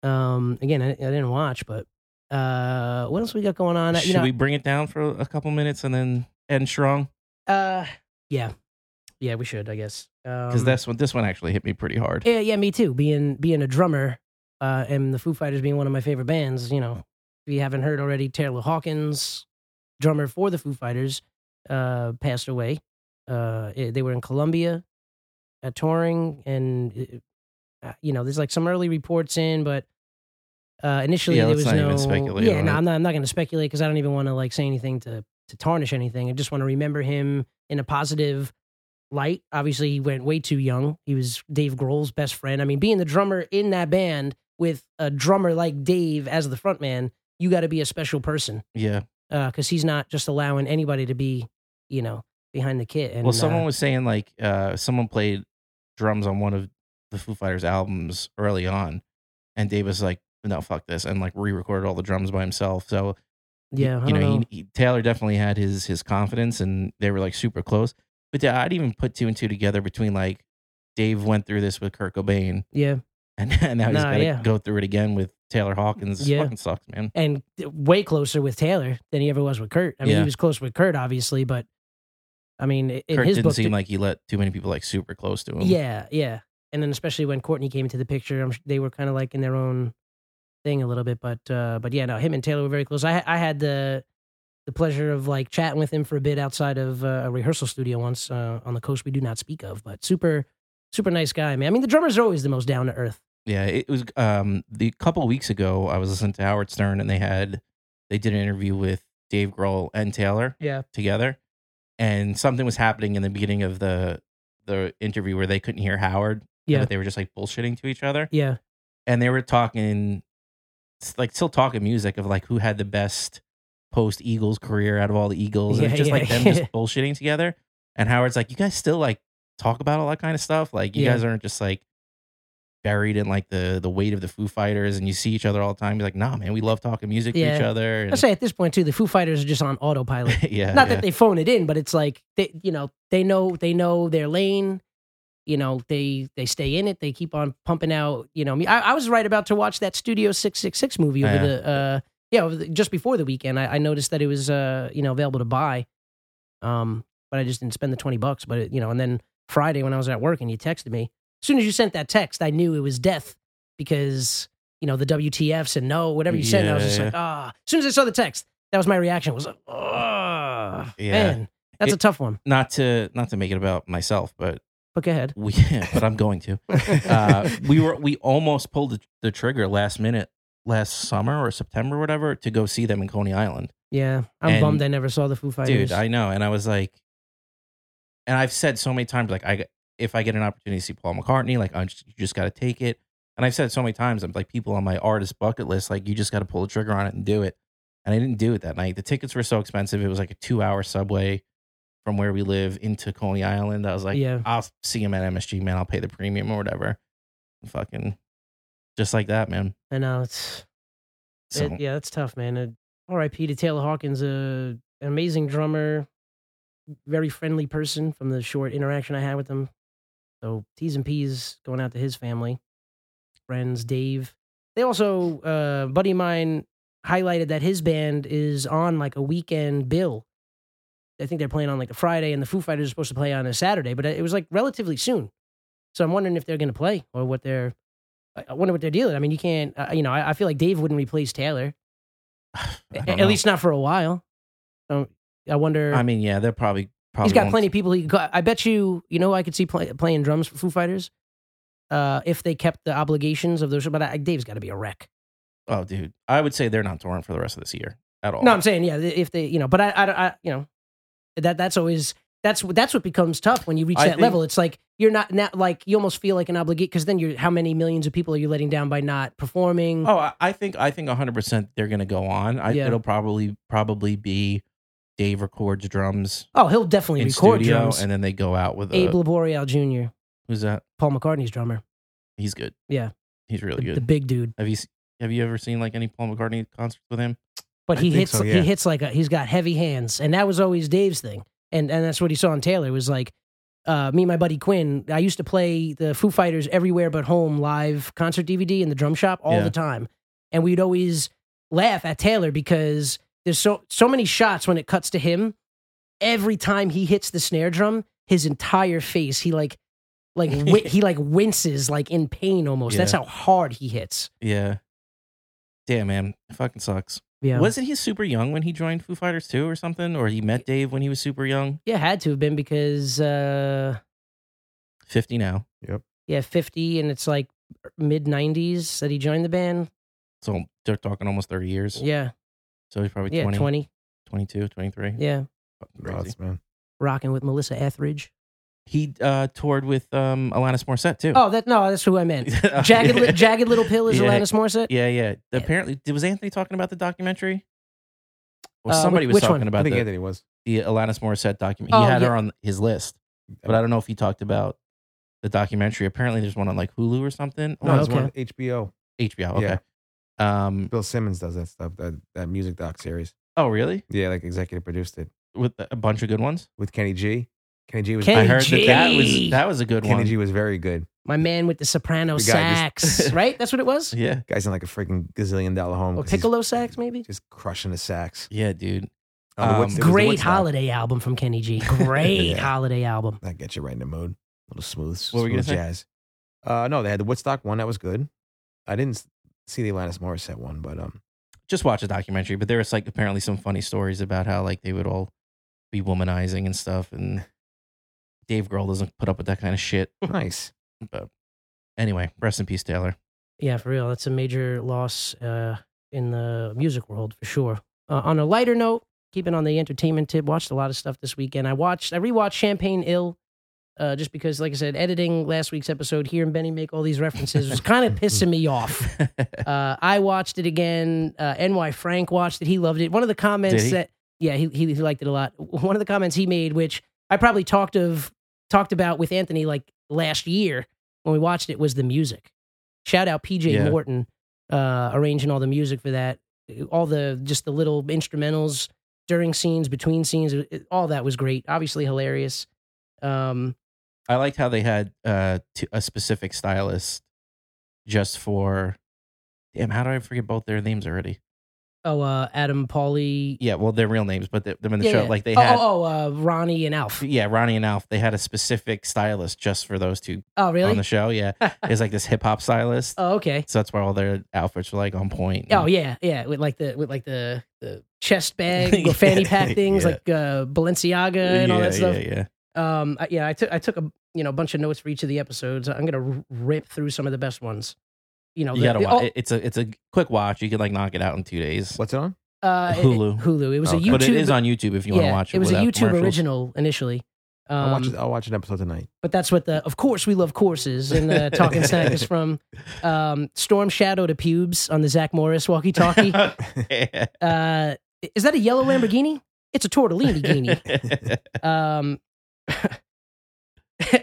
Um, again, I, I didn't watch, but uh, what else we got going on? You Should know, we bring it down for a couple minutes and then end strong? uh, Yeah, yeah, we should, I guess. because Um, this one this one actually hit me pretty hard. yeah, yeah, me too. Being being a drummer, uh, and the Foo Fighters being one of my favorite bands. You know, if you haven't heard already, Taylor Hawkins, drummer for the Foo Fighters, uh, passed away. Uh, eh, they were in Colombia, uh, touring, and eh, eh, uh, you know, there's like some early reports in, but. Uh, initially, Yeah, there let's was not no. even speculate yeah, on no, it. I'm not. I'm not going to speculate because I don't even want to like say anything to to tarnish anything. I just want to remember him in a positive light. Obviously, he went way too young. He was Dave Grohl's best friend. I mean, being the drummer in that band with a drummer like Dave as the frontman, you got to be a special person Yeah. because uh, he's not just allowing anybody to be, you know, behind the kit. And well, someone uh, was saying like uh, someone played drums on one of the Foo Fighters albums early on, and Dave was like, "No, fuck this," and like re-recorded all the drums by himself. So y- yeah, I you don't know, know. He, he, Taylor definitely had his his confidence, and they were like super close. But yeah, I'd even put two and two together between like Dave went through this with Kurt Cobain, yeah. and, and now he's Nah, got to yeah. go through it again with Taylor Hawkins. This Yeah. fucking sucks, man. and th- way closer with Taylor than he ever was with Kurt. I mean, Yeah. he was close with Kurt, obviously, but I mean, i- in Kurt his didn't book, seem th- like he let too many people like super close to him. yeah, yeah. And then especially when Courtney came into the picture, I'm, sh- they were kind of like in their own thing a little bit, but uh, but yeah, no, him and Taylor were very close. I ha- I had the the pleasure of like chatting with him for a bit outside of uh, a rehearsal studio once uh, on the coast we do not speak of, but super super nice guy, man. I mean, the drummers are always the most down to earth. Yeah, it was um the couple weeks ago I was listening to Howard Stern and they had they did an interview with Dave Grohl and Taylor Yeah, together and something was happening in the beginning of the the interview where they couldn't hear Howard. Yeah. But they were just like bullshitting to each other. yeah, And they were talking s- like still talking music of like who had the best post Eagles career out of all the Eagles. and Yeah, it's just yeah, like them yeah. just bullshitting together. And Howard's like, You guys still like talk about all that kind of stuff? Like you Yeah. guys aren't just like buried in like the the weight of the Foo Fighters and you see each other all the time. He's like, nah, man, we love talking music to each Yeah. other. I say at this point too, the Foo Fighters are just on autopilot. And, yeah. not yeah. that they phone it in, but it's like they, you know, they know they know their lane. You know, they they stay in it. They keep on pumping out. You know, I mean, I, I was right about to watch that Studio Six Six Six movie over Oh, Yeah. the uh, yeah, over the, just before the weekend. I, I noticed that it was uh, you know available to buy, um, but I just didn't spend the twenty bucks. But it, you know, and then Friday when I was at work and you texted me, as soon as you sent that text, I knew it was death because you know the WTFs and no whatever you said. and I was Yeah, just like ah. As soon as I saw the text, that was my reaction. Was like, oh Yeah. man, that's a It- tough one. not to not to make it about myself, but But go ahead. we but I'm going to. Uh, we were we almost pulled the, the trigger last minute last summer or September or whatever to go see them in Coney Island. Yeah, I'm and- bummed I never saw the Foo Fighters. Dude, I know, and I was like, and I've said so many times like I if I get an opportunity to see Paul McCartney, like I just, you just got to take it. And I've said so many times, I'm like people on my artist bucket list, like you just got to pull the trigger on it and do it. And I didn't do it that night. The tickets were so expensive; it was like a two-hour subway from where we live into Coney Island. I was like, Yeah. I'll see him at MSG, man. I'll pay the premium or whatever. And fucking just like that, man. I know it's So it- yeah, that's tough, man. Uh, R.I.P. to Taylor Hawkins, uh, an amazing drummer, very friendly person. From the short interaction I had with him, so T's and P's going out to his family, friends, Dave. They also, uh, a buddy of mine highlighted that his band is on like a weekend bill. I think they're playing on like a Friday, and the Foo Fighters are supposed to play on a Saturday, but uh, it was like relatively soon. So I'm wondering if they're going to play or what they're. I I wonder what they're dealing. I mean, you can't. Uh, you know, I, I feel like Dave wouldn't replace Taylor, I at don't know. least not for a while. So I wonder. I mean, yeah, they're probably probably he's got won't- plenty of people. He could, go- I bet you. You know, who I could see play, playing drums for Foo Fighters uh, if they kept the obligations of those. But I, Dave's got to be a wreck. Oh, dude, I would say they're not touring for the rest of this year at all. No, I'm saying yeah. If they, you know, but I, I, I you know, that that's always that's what- that's what becomes tough when you reach I that think- level. It's like you're not not like you almost feel like an obligate because then you're how many millions of people are you letting down by not performing? Oh, I, I think I think 100 percent they're gonna go on. I, Yeah. It'll probably probably be Dave records drums Oh, he'll definitely in record studio, drums. and then they go out with Abe a, Laboriel Jr., who's that? Paul McCartney's drummer, He's good. Yeah. he's really the, good. the big dude. have you se- have you ever seen like any Paul McCartney concerts with him? But I he think hits so, yeah. he hits like a, he's got heavy hands, and that was always Dave's thing, and and that's what he saw in Taylor was like. Uh, me and my buddy Quinn, I used to play the Foo Fighters everywhere but home live concert DVD in the drum shop all Yeah. the time, and we'd always laugh at Taylor because there's so so many shots when it cuts to him. Every time he hits the snare drum, his entire face. He like like wi- he like winces like in pain almost. That's Yeah. how hard he hits. Yeah. Damn, man. It fucking sucks. Yeah. Wasn't he super young when he joined Foo Fighters too, or something? Or he met Dave when he was super young? yeah, had to have been because uh 50 now. yeah, 50 and it's like mid 90s that he joined the band. So they're talking almost 30 years. Yeah. So he's probably Yeah, 20, 20. 22, 23. Yeah. Fucking crazy. Nuts, man. Rocking with Melissa Etheridge. He uh, toured with um, Alanis Morissette too. Oh, that no, that's who I meant. Jagged, Li- Jagged Little Pill is Yeah. Alanis Morissette. Yeah, yeah. Apparently, was Anthony talking about the documentary? Or Uh, somebody which- was which talking one? I about think the, Anthony was. the Alanis Morissette document. Oh, he had yeah. her on his list, but I don't know if he talked about the documentary. Apparently, there's one on like Hulu or something. No, Oh, it's okay. one HBO. HBO. Oh, Okay. Um. Bill Simmons does that stuff. That that music doc series. Oh, really? Yeah, like executive produced it With a bunch of good ones. with Kenny G. Kenny G was. Kenny I heard that that G. was that was a good Kenny one. G was very good. My man with the soprano The guy sax, just- right? That's what it was? Yeah. Guy's in like a freaking gazillion dollar home. Or 'cause he's Oh, piccolo sax, maybe? Just crushing the sax. Yeah, dude. Oh, the Um, Woods- it was the Great Woodstock. holiday album from Kenny G. Great Yeah. holiday album. That gets you right in the mood. A little smooth, What were you smooth gonna jazz. Uh, no, they had the Woodstock one that was good. I didn't s- see the Alanis Morissette one, but um, Just watch a documentary. But there was like apparently some funny stories about how like they would all be womanizing and stuff. And Dave Grohl doesn't put up with that kind of shit. Hmm. nice. But anyway, rest in peace, Taylor. Yeah, for real. That's a major loss uh, in the music world for sure. Uh, on a lighter note, keeping on the entertainment tip, watched a lot of stuff this weekend. I watched, I rewatched Champagne Ill. Uh, just because, like I said, editing last week's episode, hearing Benny make all these references was kind of pissing me off. Uh, I watched it again. Uh, NY Frank watched it. He loved it. One of the Did comments he? that yeah, he, he he liked it a lot. One of the comments he made, which I probably talked of talked about with Anthony like last year when we watched it, was the music. Shout out PJ Yeah. Morton uh, arranging all the music for that. All the just the little instrumentals during scenes, between scenes, it- it- all that was great. Obviously hilarious. Um, I liked how they had uh, t- a specific stylist just for. Damn, how do I forget both their names already? oh, uh, Adam Pauly. Yeah, well, their real names, but they, them in the Yeah, show, yeah. like they oh, had. oh, oh, uh, Ronnie and Alf. Yeah, Ronnie and Alf, they had a specific stylist just for those two Oh, really? on the show. Yeah, it's like this hip hop stylist, oh, okay. so that's why all their outfits were like on point. Oh yeah, yeah, with like the with like the the chest bag or fanny pack things Yeah. like uh Balenciaga and all that Yeah, stuff. Yeah, yeah. Um I, yeah, I took I took a you know a bunch of notes for each of the episodes. I'm going to rip through some of the best ones. You know, You the- gotta the- oh, watch. it- It's a it's a quick watch. You could like knock it out in two days. What's it on? oh, uh, it- Hulu. Oh, Hulu. It was Okay. a YouTube But it is on YouTube if you want yeah, to watch it. was a without YouTube commercials. original initially. Um, I'll watch. it- I'll watch an episode tonight. but that's what the of course we love courses and the talking snack is from um, Storm Shadow to Pubes on the Zach Morris walkie-talkie. uh, is that a yellow Lamborghini? It's a tortellini guinea. Um,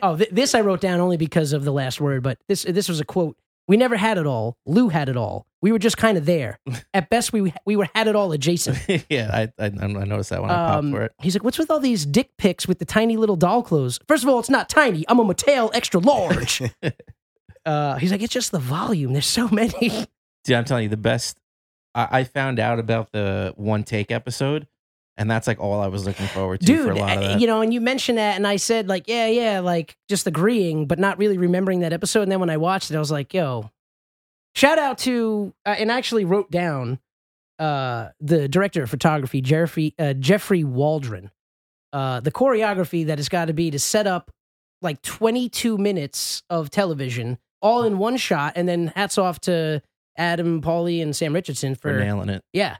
oh, th- this I wrote down only because of the last word, but this this was a quote. We never had it all. Lou had it all. We were just kind of there. At best, we we were had it all adjacent. yeah, I, I I noticed that when I popped Um, for it. He's like, "What's with all these dick pics with the tiny little doll clothes?" First of all, it's not tiny. I'm a Mattel extra large. uh, he's like, "It's just the volume. There's so many." Dude, I'm telling you, the best. I, I found out about the one take episode, and that's like all I was looking forward to for a Dude, eh, lot of I- that. you know, and you mentioned that, and I said like, yeah, yeah, like just agreeing, but not really remembering that episode. And then when I watched it, I was like, yo, shout out to, uh, and I actually wrote down uh, the director of photography, Jeffrey uh, Jeffrey Waldron, uh, the choreography that has got to be to set up like 22 minutes of television all in one shot, and then hats off to Adam, Paulie, and Sam Richardson for nailing it, yeah.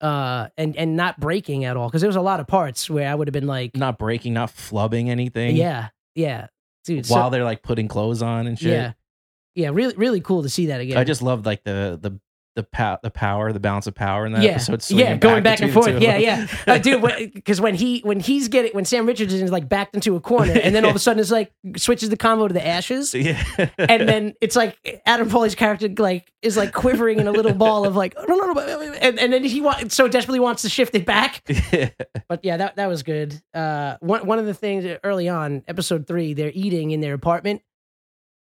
Uh, and and not breaking at all because there was a lot of parts where I would have been like, not breaking, not flubbing anything. yeah, yeah, dude. so- while they're like putting clothes on and shit. yeah, yeah, really, really cool to see that again. I just loved like the the the pow- the power, the balance of power in that yeah, episode. yeah, swinging going back and between the forth. two Yeah, of yeah, them. uh, dude. Because when he when he's getting when Sam Richardson is like backed into a corner and then all of a sudden it's like switches the convo to the ashes. yeah. And then it's like Adam Paul's character like is like quivering in a little ball of like no no no, and, and then he wa- so desperately wants to shift it back But yeah, that that was good. Uh, one one of the things early on, episode three, they're eating in their apartment,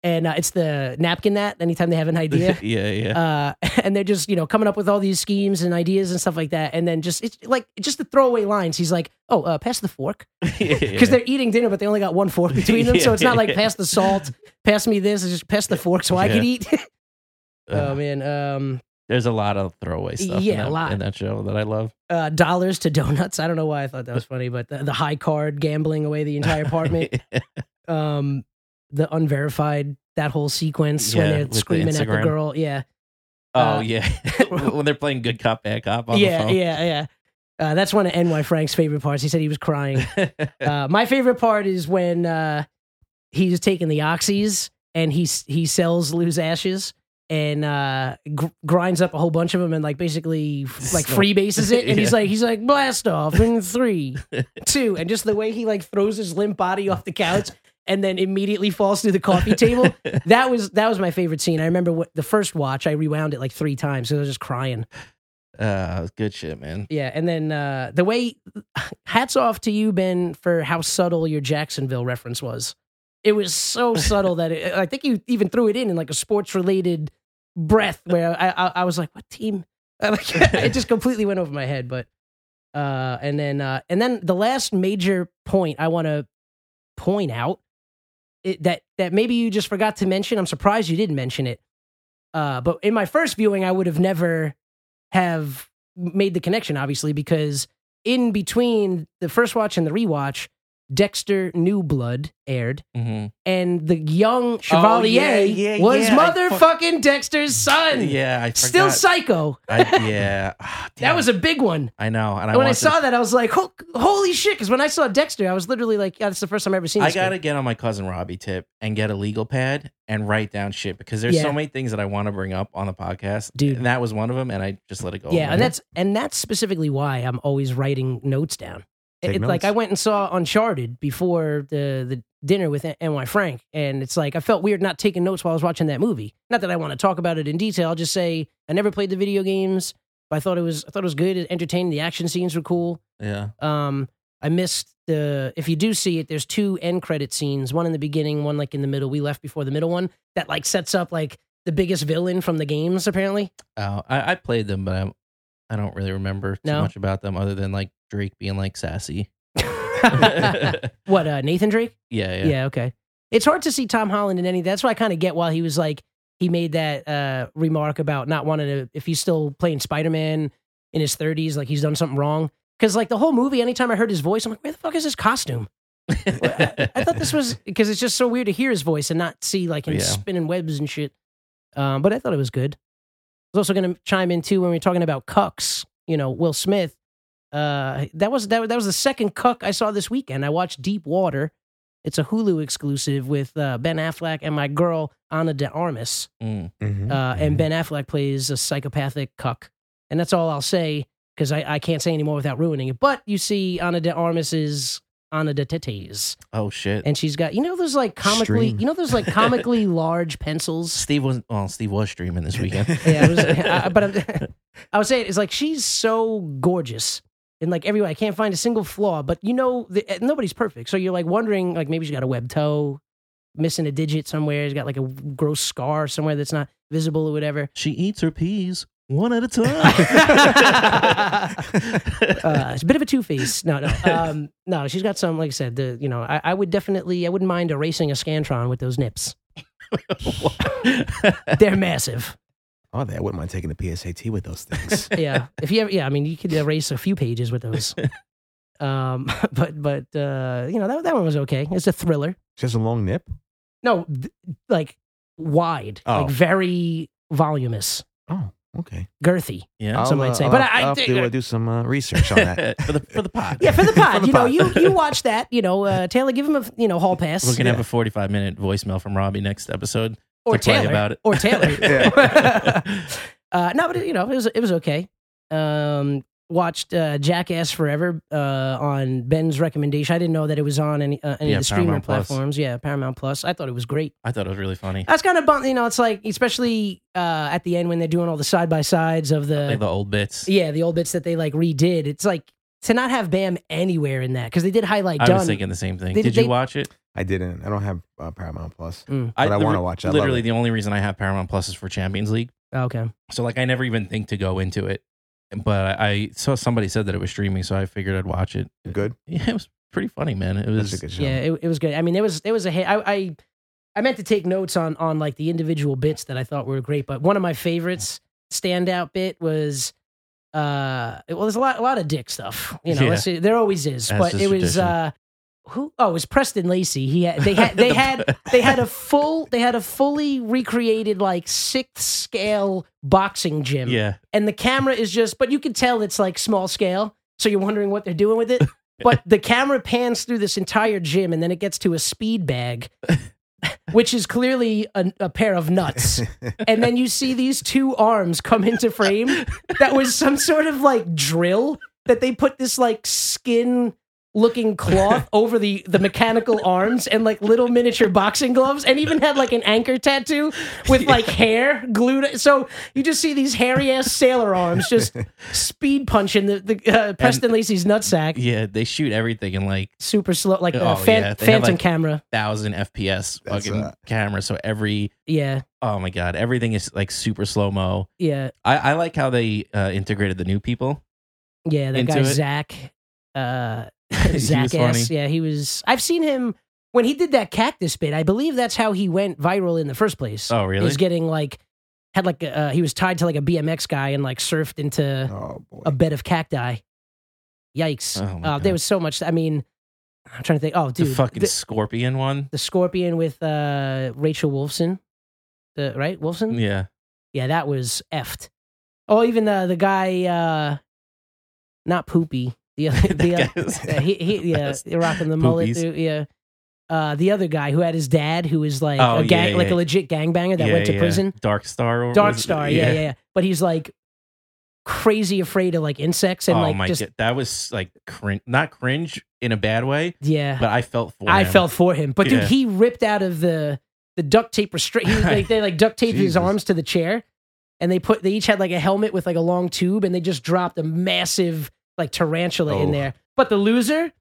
and uh, it's the napkin that anytime they have an idea. yeah, yeah. Uh, and they're just you know coming up with all these schemes and ideas and stuff like that, and then just it's like just the throwaway lines. He's like, "Oh, uh, pass the fork," because they're eating dinner, but they only got one fork between them, so it's not like Yeah. pass the salt, pass me this, it's just pass the fork so I Yeah. could eat. Uh, oh man, um, there's a lot of throwaway stuff. Yeah, in a that, lot. in that show that I love. uh, dollars to donuts. I don't know why I thought that was funny, but the, the high card gambling away the entire apartment, um, the unverified that whole sequence Yeah, when with they're the screaming at the Instagram. girl. Yeah, oh Uh, yeah, when they're playing good cop bad cop on yeah, the phone. yeah, yeah. Uh, that's one of NY Frank's favorite parts. He said he was crying. uh, my favorite part is when uh, he's taking the oxys and he s- he sells loose ashes and uh, gr- grinds up a whole bunch of them and like basically f- like So- freebases it and he's Yeah. like he's like blast off in three two and just the way he like throws his limp body off the couch and then immediately falls through the coffee table that was that was my favorite scene i remember what, the first watch i rewound it like three times because i was just crying Uh, good shit, man. yeah, and then uh, the way hats off to you, Ben, for how subtle your Jacksonville reference was. It was so subtle that it, I think you even threw it in in like a sports related breath where I, I I was like, what team? Like, it just completely went over my head. But uh, and then uh, and then the last major point I want to point out it, that that maybe you just forgot to mention. I'm surprised you didn't mention it. Uh, but in my first viewing, I would have never have made the connection, obviously, because in between the first watch and the rewatch, Dexter New Blood aired, Mhm. and the young Chevalier Oh, yeah, yeah, was I fu- motherfucking Dexter's son. Yeah, I Still forgot. psycho. I, yeah, Ah, That damn. was a big one. I know, and I when I watched it- saw that, I was like, "Ho- "Holy shit!" Because when I saw Dexter, I was literally like, "Yeah, that's the first time I've ever seen." I this kid." gotta get on my cousin Robbie tip and get a legal pad and write down shit because there's Yeah. so many things that I want to bring up on the podcast, Dude. And that was one of them, and I just let it go. Yeah, over. and that's and that's specifically why I'm always writing notes down. Take It- Like notes. I went and saw Uncharted before the the dinner with N- NY Frank, and it's like I felt weird not taking notes while I was watching that movie. Not that I want to talk about it in detail. I'll just say I never played the video games, but I thought it was I thought it was good, it entertained. The action scenes were cool. yeah, Um, I missed the if you do see it, there's two end credit scenes, one in the beginning, one like in the middle. We left before the middle one that like sets up like the biggest villain from the games apparently. Oh, I, I played them, but I'm, I don't really remember too No? much about them other than like Drake being like sassy. what uh, Nathan Drake? Yeah, yeah. Yeah. okay. It's hard to see Tom Holland in any. That's what I kind of get while he was like he made that uh, remark about not wanting to if he's still playing Spider Man in his thirties, like he's done something wrong. Because like the whole movie, anytime I heard his voice, I'm like, where the fuck is his costume? I, I thought this was because it's just so weird to hear his voice and not see like him Yeah. spinning webs and shit. Um, but I thought it was good. I was also going to chime in too when we were talking about cucks. You know, Will Smith. Uh, that was that, that was the second cuck I saw this weekend. I watched Deep Water. It's a Hulu exclusive with uh, Ben Affleck and my girl Anna De Armas. Mm. Mhm. Uh, And Ben Affleck plays a psychopathic cuck, and that's all I'll say because I, I can't say anymore without ruining it. But you see, Anna De Armas is Anna de Tetes, Oh shit. and she's got you know those like comically Stream. you know those like comically large pencils. Steve was well. Steve was streaming this weekend. Yeah, it was, I, but I'm, I was saying it's like she's so gorgeous and like everywhere. I can't find a single flaw, but you know, the, eh, nobody's perfect. So you're like wondering, like maybe she's got a web toe, missing a digit somewhere. She's got like a gross scar somewhere that's not visible or whatever. she eats her peas one at a time. Uh, it's a bit of a two face. No, no, um, no. She's got some. Like I said, the you know, I, I would definitely, I wouldn't mind erasing a scantron with those nips. They're massive. Oh, they, I wouldn't mind taking the PSAT with those things. yeah. If you ever, yeah, I mean, you could erase a few pages with those. Um, but but uh, you know that that one was okay. It's a thriller. she has a long nip. No, th- like wide, Oh. like very voluminous, Oh, okay. girthy. yeah. Some might uh, say, I'll but have- I- I I'll have think- to uh, do some uh, research on that. for the for the pot. Yeah, for the pod, For the you know, pod. you you watch that, you know, uh, Taylor, give him a you know hall pass We're gonna have Yeah. a forty-five minute voicemail from Robbie next episode or to play Taylor about it. or Taylor. Yeah. uh, no, but it, you know, it was it was okay. Um, watched uh, Jackass Forever uh, on Ben's recommendation. I didn't know that it was on any uh, any Yeah, of the streaming Paramount Plus. platforms. Yeah, Paramount Plus. I thought it was great. I thought it was really funny. That's kind of bum. You know, it's like especially uh, at the end when they're doing all the side by sides of the like the old bits. Uh, yeah the old bits that they like redid. It's like to not have Bam anywhere in that because they did highlight I was Dunn. thinking the same thing. They- Did you they- watch it? I didn't. I don't have uh, Paramount Plus. I, But I the- wanna watch it. I love Literally, it. the only reason I have Paramount Plus is for Champions League. Oh, Okay. So like I never even think to go into it, but I, I saw somebody said that it was streaming, so I figured I'd watch it. Good. Yeah, it was pretty funny, man. It That's was a good show. Yeah, it, it was good. I mean, there was there was a hit. I, I I meant to take notes on on like the individual bits that I thought were great, but one of my favorites standout bit was uh well there's a lot a lot of dick stuff you know Yeah. let's see, there always is That's but just it was tradition. uh who oh it was preston lacey he had they had they The- had they had a full they had a fully recreated like sixth scale boxing gym yeah. and the camera is just but you can tell it's like small scale so you're wondering what they're doing with it but the camera pans through this entire gym and then it gets to a speed bag which is clearly a, a pair of nuts and then you see these two arms come into frame that was some sort of like drill that they put this like skin looking cloth over the the mechanical arms and like little miniature boxing gloves and even had like an anchor tattoo with like hair glued so you just see these hairy ass sailor arms just speed punching the, the uh, Preston Lacey's nutsack Yeah, they shoot everything in like super slow like Oh, uh, fan, yeah, they have, phantom like- camera thousand FPS That's, fucking uh, camera. So every yeah oh my god, everything is like super slow mo. yeah I, I like how they uh, integrated the new people. yeah that Into guy it. Zach uh He Zach was ass. funny. Yeah, he was. I've seen him when he did that cactus bit. I believe that's how he went viral in the first place. Oh He really? was getting like had like a, uh, he was tied to like a BMX guy and like surfed into Oh boy. a bed of cacti. Yikes! Oh, my uh, there God. was so much. I mean, I'm trying to think. Oh, the dude, fucking the, scorpion one. the scorpion with uh, Rachel Wolfson, the right Wolfson. Yeah. Yeah, that was effed. Oh, even the the guy, uh not poopy. The other, That the guy other, was yeah, he, he, yeah, best. rocking the mullet. Poopies. dude, yeah, uh, the other guy who had his dad, who was like Oh, a gang, yeah, like yeah. a legit gangbanger that yeah, went to yeah. prison. Dark Star. Or Dark was it- Star, yeah. yeah, yeah. But he's like crazy afraid of like insects and oh like my just god, that was like cringe. Not cringe in a bad way, yeah. but I felt for. I him. felt for him, but dude, Yeah. he ripped out of the the duct tape restraint. Like, they like duct taped his Jesus. arms to the chair, and they put they each had like a helmet with like a long tube, and they just dropped a massive like tarantula in Oh. there. But the loser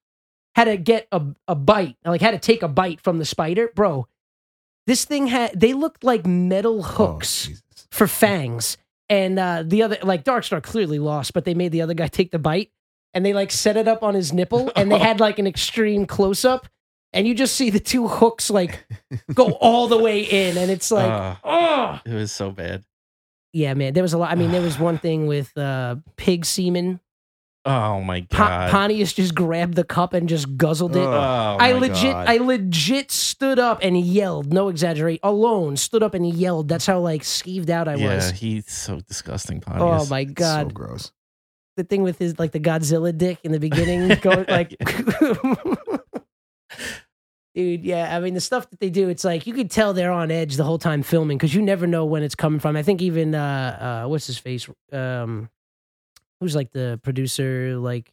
had to get a a bite, like had to take a bite from the spider, bro. This thing had they looked like metal Oh, hooks Jesus. for fangs. And uh, the other, like Darkstar clearly lost, but they made the other guy take the bite and they like set it up on his nipple and they had like an extreme close up. And you just see the two hooks like go all the way in. And it's like, Ah, oh, it was so bad. yeah, man. There was a lot. I mean, there was one thing with uh, pig semen. Oh my Pa- god. Pontius just grabbed the cup and just guzzled it. Ugh. Oh I my legit, God. I legit stood up and yelled. No exaggerate. Alone, stood up and yelled. That's how like skeeved out I yeah, was. he's so disgusting, Oh Pontius. my It's god! So gross. the thing with his like the Godzilla dick in the beginning, going like, dude, yeah. I mean, the stuff that they do, it's like you could tell they're on edge the whole time filming because you never know when it's coming from. I think even uh, uh what's his face, um, who's like the producer, like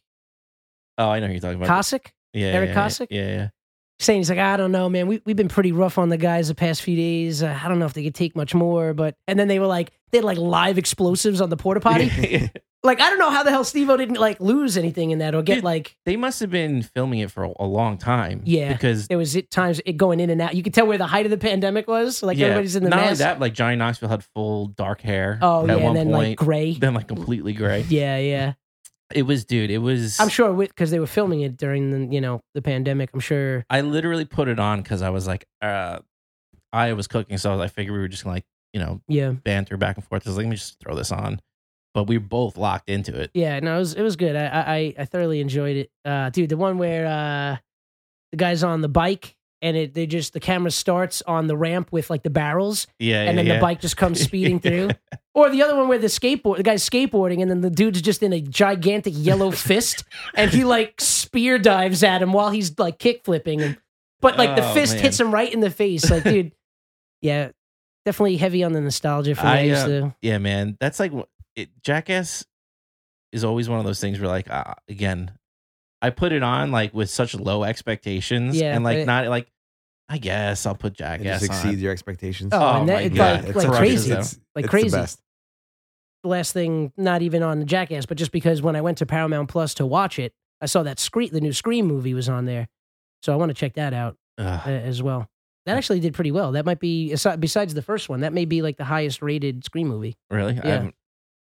Oh, I know who you're talking about. Cossack. yeah, Eric yeah, Cossack? Yeah, yeah. Saying he's like, I don't know, man. We we've been pretty rough on the guys the past few days. Uh, I don't know if they could take much more, but and then they were like, they had like live explosives on the porta potty. like, I don't know how the hell Steve-O didn't like lose anything in that or get Dude, like they must have been filming it for a, a long time. Yeah. because There was at times it going in and out. You could tell where the height of the pandemic was. Like yeah, everybody's in the not only mask. that, like Johnny Knoxville had full dark hair. oh yeah, at and one then like point, gray. then like completely gray. Yeah, yeah. It was, dude. It was. I'm sure because they were filming it during the you know the pandemic. I'm sure. I literally put it on because I was like, uh, I was cooking, so I figured we were just gonna like, you know, Yeah, banter back and forth. I was like, let me just throw this on. But we were both locked into it. yeah. No, it was it was good. I I- I, I thoroughly enjoyed it, uh, dude. The one where uh, the guy's on the bike and it they just the camera starts on the ramp with like the barrels Yeah, and yeah, then yeah. the bike just comes speeding through. Or the other one where the skateboard, the guy's skateboarding, and then the dude's just in a gigantic yellow fist, and he like spear dives at him while he's like kick flipping him. But like the Oh, fist man. hits him right in the face. Like, dude, yeah, definitely heavy on the nostalgia for me. I, I, used uh, to- Yeah, man. That's like wh- it, Jackass is always one of those things where like uh, again, I put it on like with such low expectations Yeah, and like but it- not like I guess I'll put It Jackass just on. exceeds your expectations. Oh, and my that, it's God. like, It like crushes crazy. them. It's like crazy. The best. The last thing, not even on Jackass, but just because when I went to Paramount Plus to watch it, I saw that Scree the new Scream movie was on there, so I want to check that out. uh, Ugh. as well. Hmm. That actually did pretty well. That might be asi- besides the first one. That may be like the highest rated Scream movie. Really? I Yeah. haven't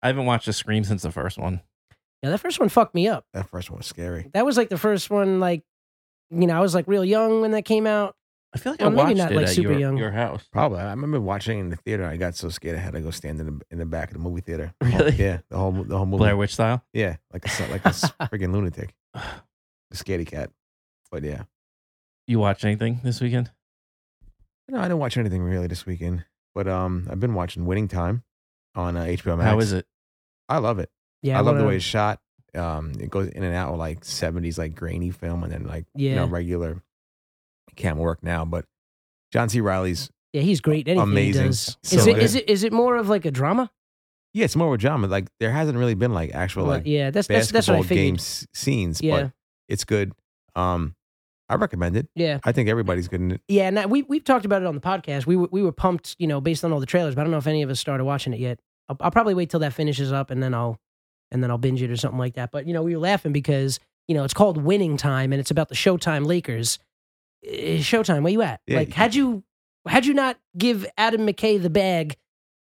I haven't watched a Scream since the first one. Yeah, that first one fucked me up. That first one was scary. That was like the first one. Like, you know, I was like real young when that came out. I feel like Well, I maybe watched not, it like, at super your, young. your house. Probably. I remember watching it in the theater. I got so scared I had to go stand in the in the back of the movie theater. Really? Yeah, the whole mo- the whole movie. Blair Witch style. Yeah, like a son- like a s- freaking lunatic, a scaredy cat. But yeah, You watch anything this weekend? no, I didn't watch anything really this weekend. But um, I've been watching Winning Time on uh, HBO Max. How is it? I love it. Yeah, I love the wanna- way it's shot. Um, it goes in and out with like seventies like grainy film, and then like you Yeah. know regular cam work now. But John C. Riley's Yeah, he's great. Anything Amazing. he does. So is it? Is good. it? Is it more of like a drama? yeah, it's more of a drama. Like there hasn't really been like actual like yeah, that's that's that's what I basketball figured. game s- scenes, Yeah. but it's good. Um, I recommend it. Yeah, I think everybody's good in it. yeah. And that, we we've talked about it on the podcast. We were, we were pumped, you know, based on all the trailers. But I don't know if any of us started watching it yet. I'll, I'll probably wait till that finishes up, and then I'll and then I'll binge it or something like that. But you know, we were laughing because you know it's called Winning Time, and it's about the Showtime Lakers. Eh, Showtime, where you at? Yeah, like, you- had you had you not give Adam McKay the bag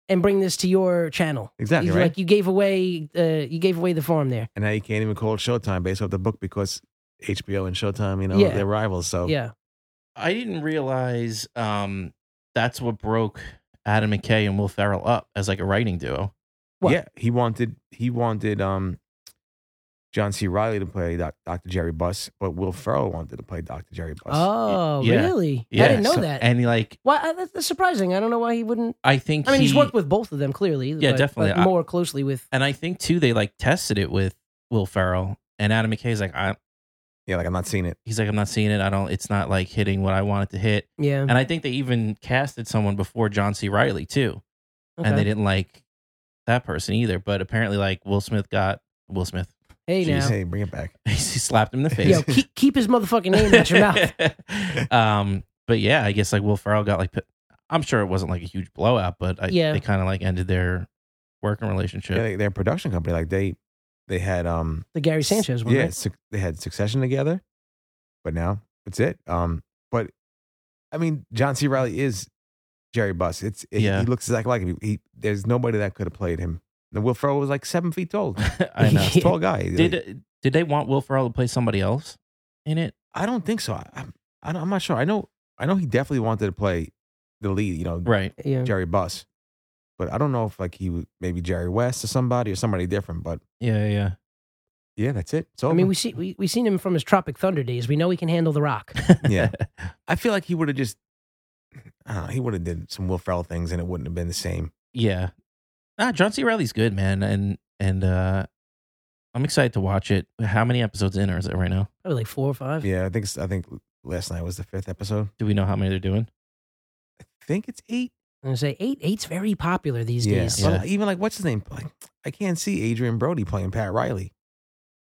and bring this to your channel? Exactly You- right. Like you gave away, uh, you gave away the farm there. and now you can't even call it Showtime based off the book because HBO and Showtime, you know, Yeah. they're rivals. Oh, So Yeah, I didn't realize um, that's what broke Adam McKay and Will Ferrell up as like a writing duo. What? yeah, he wanted he wanted um John C. Riley to play doc, Dr. Jerry Buss, but Will Ferrell wanted to play Dr. Jerry Buss. Oh, Yeah. really? I didn't know so- that. And like, why? I- That's, that's surprising. I don't know why he wouldn't. I think I mean, he's he- worked with both of them clearly. Yeah, but- definitely. but I- more closely with. and I think too they like tested it with Will Ferrell and Adam McKay's like, I, Yeah, like I'm not seeing it. he's like, I'm not seeing it. I don't. It's not like hitting what I want it to hit. Yeah, And I think they even casted someone before John C. Riley too. and they okay. didn't like that person either. But apparently, like Will Smith got Will Smith. Hey Jeez, now, hey, bring it back. he slapped him in the face. yo, keep, keep his motherfucking name out your mouth. um, but yeah, I guess like Will Ferrell got like. pi- I'm sure it wasn't like a huge blowout, but I, Yeah. they kind of like ended their working relationship. Yeah, they, their production company, like they they had um The Gary Sanchez one. Yeah, right? suc- they had Succession together, but now it's it. Um, but I mean, John C. Riley is Jerry Buss. It's it, Yeah. he looks exactly like him. He, he- there's nobody that could have played him. And Will Ferrell was like seven feet tall, I know. Yeah. tall guy. Like, Did did they want Will Ferrell to play somebody else in it? I don't think so. I, I'm- I don't, I'm not sure. I know I know he definitely wanted to play the lead. You know, Right. Yeah. Jerry Buss. But I don't know if like he was maybe Jerry West or somebody or somebody different. But Yeah. Yeah. yeah, that's it. So I mean, we see we we seen him from his Tropic Thunder days. We know he can handle the Rock. yeah. I feel like he would have just, I don't know, he would have did some Will Ferrell things and it wouldn't have been the same. Yeah. Ah, John C. Riley's good, man, and and uh I'm excited to watch it. How many episodes in or is it right now? Probably like four or five. Yeah, I think it's- I think last night was the fifth episode. Do we know how many they're doing? I think it's eight. I'm gonna say eight. Eight's very popular these yeah, days. Well, even like what's his name? Like I can't see Adrian Brody playing Pat Riley.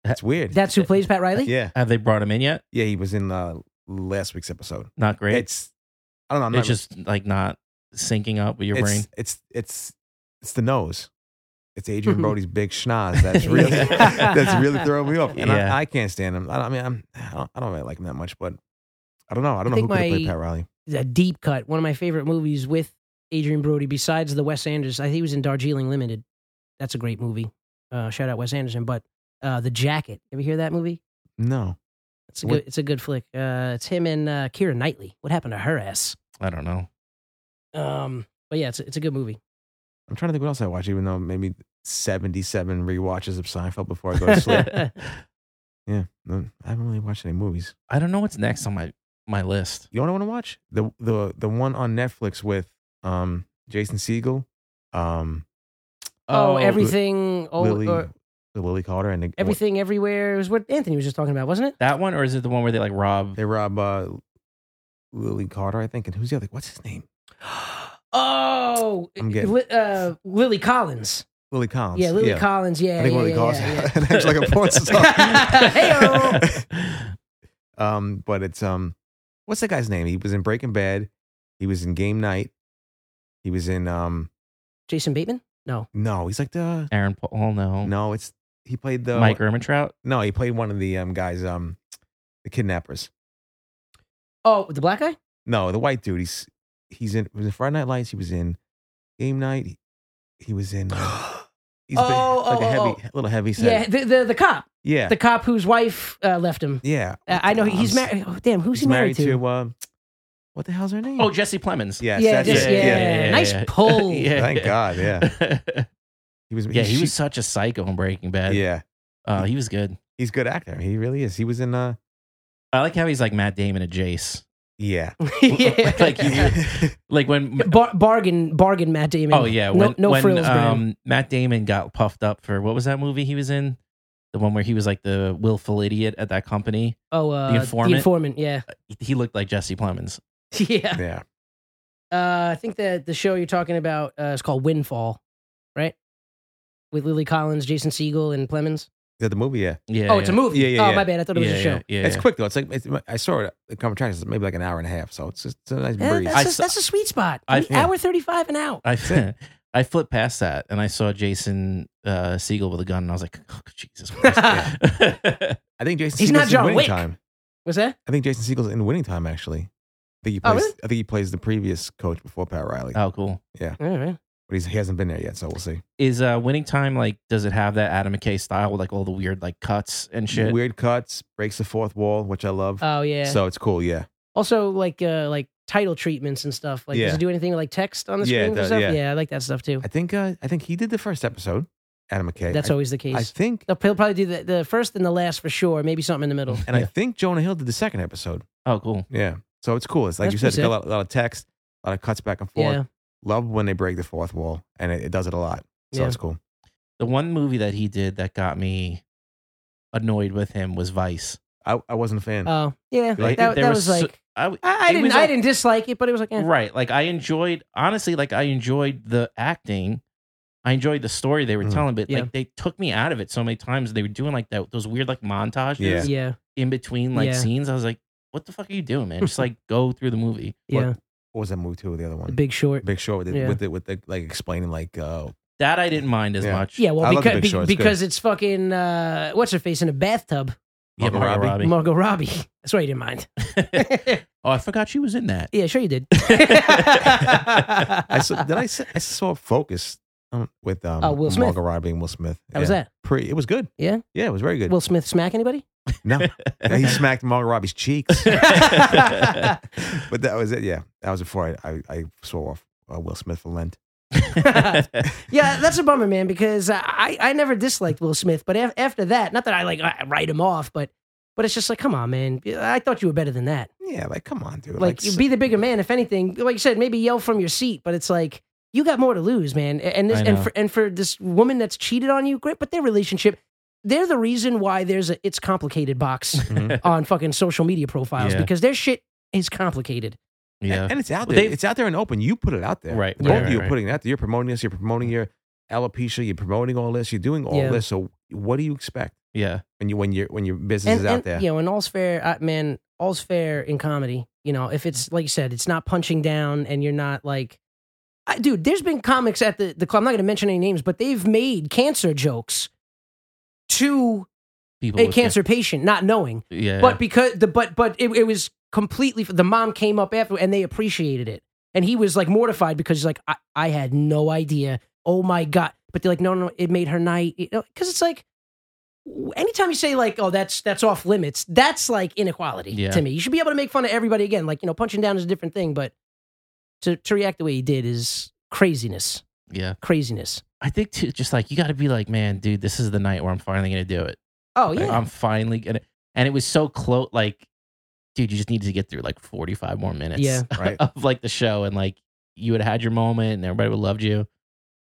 That's weird. That's who plays Pat Riley. yeah, Have they brought him in yet? yeah, he was in uh, last week's episode. Not great. It's I don't know. I'm it's not, just like not syncing up with your it's, brain. It's it's it's the nose. It's Mm-hmm. Adrian Brody's big schnoz. That's really that's really throwing me off. And Yeah. I, I can't stand him. I, I mean, I'm I don't, I don't really like him that much, but I don't know. I don't I know who think could have played my- Pat Riley. a deep cut. One of my favorite movies with Adrian Brody, besides the Wes Anderson. I think he was in Darjeeling Limited. That's a great movie. Uh, shout out Wes Anderson. But uh, the Jacket. Ever hear that movie? No, It's a What- good. It's a good flick. Uh, it's him and uh, Kira Knightley. What happened to her ass? I don't know. Um, but yeah, it's a, it's a good movie. I'm trying to think what else I watch. Even though maybe 77 rewatches of Seinfeld before I go to sleep. yeah, no, I haven't really watched any movies. I don't know what's next on my my list. You know what I want to watch? The the the one on Netflix with um Jason Segel, um Oh, everything. everything. Oh, Lily or Lily Calder and the, everything everywhere. It was what Anthony was just talking about, wasn't it? That one or is it the one where they like rob They rob uh, Lily Carter, I think, and who's the other? What's his name? Oh, I'm getting- Li- uh, Lily Collins. Lily Collins. Yeah, Lily Collins. Yeah, I think yeah, Lily yeah, Collins. yeah, yeah. Name's like a porn star. Heyo! um, but it's um, what's that guy's name? He was in Breaking Bad. He was in Game Night. He was in um, Jason Bateman. No, no, he's like the Aaron Paul? oh, No. no, it's he played the Mike Ermintrout? No, he played one of the um guys um, the kidnappers. Oh, the black guy? No, the white dude. He's he's in was in Friday Night Lights. He was in Game Night. He, he was in. uh, He's been- Oh, like oh, a oh, heavy, little heavy Yeah, set. the, the the cop, Yeah, the cop whose wife uh, left him. yeah. Uh, I know I'm he's s- married. Oh, damn, who's he's he married, to? uh, what the hell's her name? Oh, Jesse Plemons. yes, yeah, that's just, it. yeah, Nice pull. Yeah. Thank God. Yeah, he was. yeah, he was she- such a psycho in Breaking Bad. Yeah, Uh, he was good. he's a good actor. He really is. He was in. uh I like how he's like Matt Damon and Jace. Yeah, yeah. Like, you- Like when Bar- bargain, bargain, Matt Damon. Oh yeah, when, no, no when frills, man. um, Matt Damon got puffed up for what was that movie he was in? The one where he was like the willful idiot at that company. Oh, uh, The Informant? Uh, The informant. Yeah, He looked like Jesse Plemons. yeah. yeah. Uh, I think that the show you're talking about uh, is called Windfall, right? With Lily Collins, Jason Segel, and Plemons. Is that the movie? Yeah, Yeah. oh, it's a movie. Yeah, yeah, oh, yeah. my bad. I thought it yeah, was a show. Yeah, yeah, it's yeah. quick though. It's like it's, I saw it. The conversation is maybe like an hour and a half, so it's just it's a nice Eh, breeze. I that's, a, saw- that's a sweet spot. I- I, mean, hour thirty-five an hour. I I flipped past that and I saw Jason uh, Siegel with a gun and I was like, oh, Jesus Christ. I think Jason. He's Segel not John in winning Wick. Time. What's that? I think Jason Siegel's in winning time actually. I think he Oh, plays. really? I think he plays the previous coach before Pat Riley, oh, cool. All right. but he's, he hasn't been there yet, so we'll see. Is uh, winning time like? Does it have that Adam McKay style with like all the weird like cuts and shit? Weird cuts, breaks the fourth wall, which I love. Oh yeah. So it's cool, yeah. also like uh like title treatments and stuff. Like Yeah. does it do anything with, like text on the Yeah, it screen does, and stuff? yeah. Yeah. I like that stuff too. I think uh, I think he did the first episode, Adam McKay. That's I, always the case. I think, They'll pro- probably do the, the first and the last for sure. Maybe something in the middle. and I Yeah. think Jonah Hill did the second episode. Oh, cool. Yeah, so it's cool. It's like That's you said, it's got a pretty lot, a lot of text, a lot of cuts back and forth. yeah. Love when they break the fourth wall, and it, it does it a lot. So Yeah. it's cool. The one movie that he did that got me annoyed with him was Vice. I, I wasn't a fan. Oh yeah. Like, that there that was was, so- like I, I, I it didn't was I o- didn't dislike it, but it was like eh. Right. Like I enjoyed honestly, like I enjoyed the acting. I enjoyed the story they were Mm. telling, but Yeah. like they took me out of it so many times. They were doing like that those weird like montages Yeah. yeah in between like Yeah. scenes. I was like, what the fuck are you doing, man? Just like go through the movie. yeah. What was that movie too? The other one, The Big Short. Big Short, with the, Yeah. with the with the like explaining like uh, That I didn't mind as Yeah. much. Yeah, I well, love The because Big Short, it's good. because it's fucking uh, what's her face in a bathtub, Yeah, Margot Margot Robbie. Robbie. Margot Robbie. That's why you didn't mind. oh, I forgot she was in that. yeah, sure you did. I saw, did I s- I saw Focus um, with um, Oh, Will Smith. Margot Robbie and Will Smith. How was Yeah. that? Pretty, it was good. Yeah? yeah, it was very good. Will Smith smack anybody? no, Yeah, he smacked Margot Robbie's cheeks, but that was it. Yeah, that was before I I, I saw off uh, Will Smith for Lent. Yeah, that's a bummer, man. Because I, I never disliked Will Smith, but af- after that, not that I like I write him off, but but it's just like, come on, man. I thought you were better than that. Yeah, like come on, dude. Like, s- be the bigger man, if anything. Like you said, maybe yell from your seat, but it's like you got more to lose, man. A- And this I and know. for and for this woman that's cheated on you, great, but their relationship. They're the reason why there's a it's complicated box Mm-hmm. Mhm. on fucking social media profiles Yeah. because their shit is complicated. yeah. and it's out Well, there. they- it's out there and open. You put it out there, Right, Both right, of you right, are putting it out there. You're promoting this. You're promoting your alopecia. You're promoting all this. You're doing all Yeah. this. So what do you expect Yeah. when you when your when your business and, is out and, there? You know, and all's fair, uh, man. All's fair in comedy. You know, if it's like you said, it's not punching down, and you're not like, I, dude. There's been comics at the the club. I'm not going to mention any names, but they've made cancer jokes to People a with cancer patient, not knowing. Yeah. But because the but but it, it was completely the mom came up after and they appreciated it, and he was like mortified because he's like I, I had no idea. Oh my god! But they're like no no, no, it made her night. You know, because it's like w- anytime you say like oh that's that's off limits, that's like inequality Yeah. to me. You should be able to make fun of everybody again. Like you know punching down is a different thing, but to to react the way he did is craziness, yeah. craziness. I think too just like you gotta be like, man, dude, this is the night where I'm finally gonna do it. Oh Like, yeah, I'm finally gonna. And it was so close. Like, dude, you just needed to get through like 45 more minutes. Yeah. Right. Of like the show, and like you would have had your moment, and everybody would have loved you.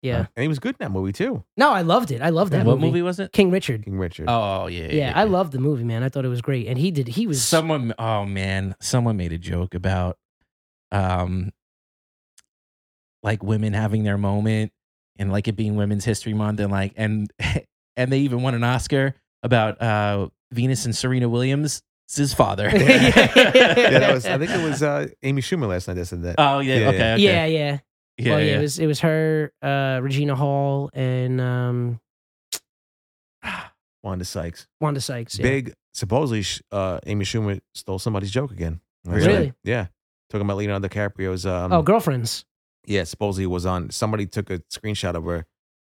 yeah. and he was good in that movie too, No, I loved it. I loved that uh, what movie. was it? King Richard. King Richard. Oh yeah. yeah, I loved the movie, man. I thought it was great, and he did. He was Someone. Oh man, someone made a joke about, um, like women having their moment, and like it being Women's History Month, and like and and they even won an Oscar about uh Venus and Serena Williams. It's his father. Yeah, yeah, that was. I think it was uh, Amy Schumer last night that said that. Oh yeah, Yeah, okay, yeah. okay. yeah, yeah. yeah, well, yeah, yeah. It was it was her, uh, Regina Hall, and um, Wanda Sykes. Wanda Sykes. Yeah. Big. Supposedly, sh- uh, Amy Schumer stole somebody's joke again. That's Really? Yeah. Talking about Leonardo DiCaprio's. Um, oh, girlfriends. yeah, supposedly was on. Somebody took a screenshot of her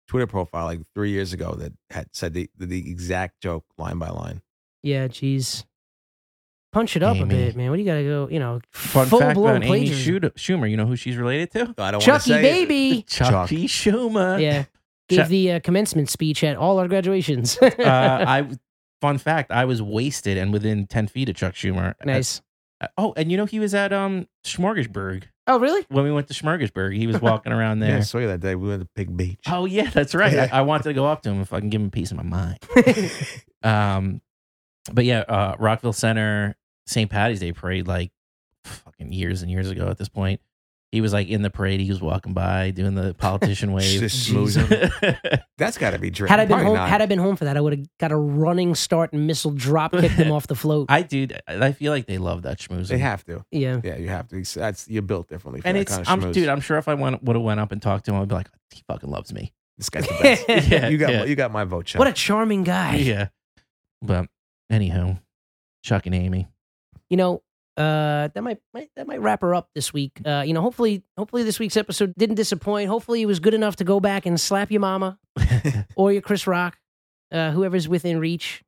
Twitter profile like three years ago that had said the, the exact joke line by line. Yeah, geez. Punch it up a Amy. bit, man. What do you got to go? You know, Fun full fact blown about Amy plagiarism. Schumer, Schumer. You know who she's related to? I don't want to Chucky say it. baby. Chucky Schumer. yeah, Chuck- gave the uh, commencement speech at all our graduations. uh, I. Fun fact: I was wasted and within ten feet of Chuck Schumer. nice. oh, and you know he was at um Smorgasburg Oh, really? when we went to Smorgasburg. He was walking around Yeah, there. I saw you that day. We went to Pig Beach. Oh yeah, that's right. Yeah. I, I wanted to go up to him if I can give him a piece of my mind. um, but yeah, uh, Rockville Center St. Patty's Day parade, like fucking years and years ago at this point. He was like in the parade. He was walking by doing the politician wave. Just smoozing. That's got to be drink. Had I been Probably home, not. had I been home for that, I would have got a running start and missile drop kicked them off the float. I dude, I feel like they love that schmoozing. they have to. yeah, Yeah, you have to. It's- That's you're built differently. For and that it's kind of I'm, schmooze. dude. I'm sure if I went would have went up and talked to him, I'd be like, he fucking loves me. This guy's the best. Yeah, you got yeah. you got my vote. Chuck. what a charming guy. yeah. But anyhow, Chuck and Amy. you know, uh, that might, might that might wrap her up this week. Uh, you know, hopefully, hopefully this week's episode didn't disappoint. Hopefully, it was good enough to go back and slap your mama or your Chris Rock, uh, whoever's within reach.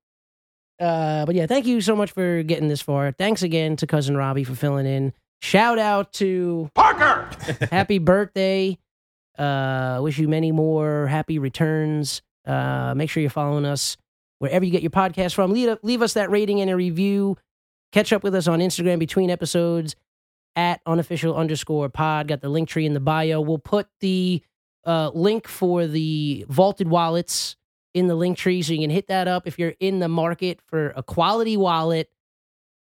Uh, but yeah, thank you so much for getting this far. Thanks again to cousin Robbie for filling in. Shout out to Parker! happy birthday. Uh, wish you many more happy returns. Mm. Uh, make sure you're following us wherever you get your podcast from. Leave, leave us that rating and a review. Catch up with us on Instagram between episodes at unofficial underscore pod. Got the link tree in the bio. We'll put the uh, link for the vaulted wallets in the link tree so you can hit that up if you're in the market for a quality wallet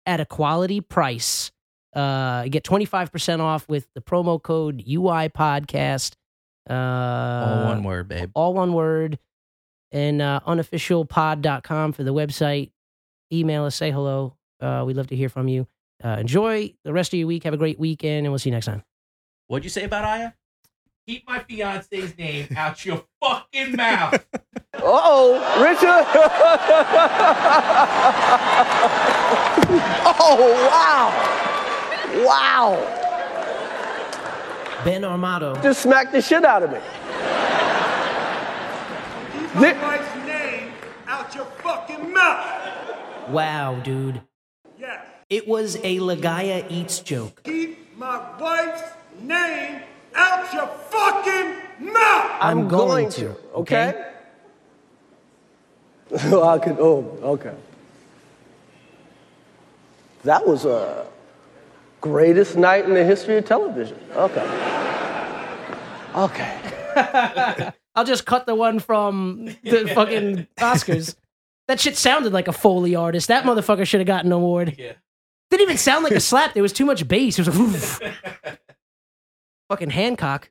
at a quality price. Uh, you get 25% off with the promo code UI podcast. Uh, All one word, babe. all one word and uh, unofficialpod.com for the website email us say hello uh, we'd love to hear from you uh, enjoy the rest of your week have a great weekend and we'll see you next time What'd you say about Aya? Keep my fiance's name out your fucking mouth. Oh, ben armato just smacked the shit out of me. my wife's name out your fucking mouth. wow dude Yes. it was a lagaya eats joke Keep my wife's name out your fucking mouth. i'm, going, to, okay? okay? Oh, I could, oh, okay. That was a greatest night in the history of television. Okay. Okay. i'll just cut the one from the fucking oscars that shit sounded like a foley artist that motherfucker should have gotten an award didn't even sound like a slap there was too much bass it was like, fucking hancock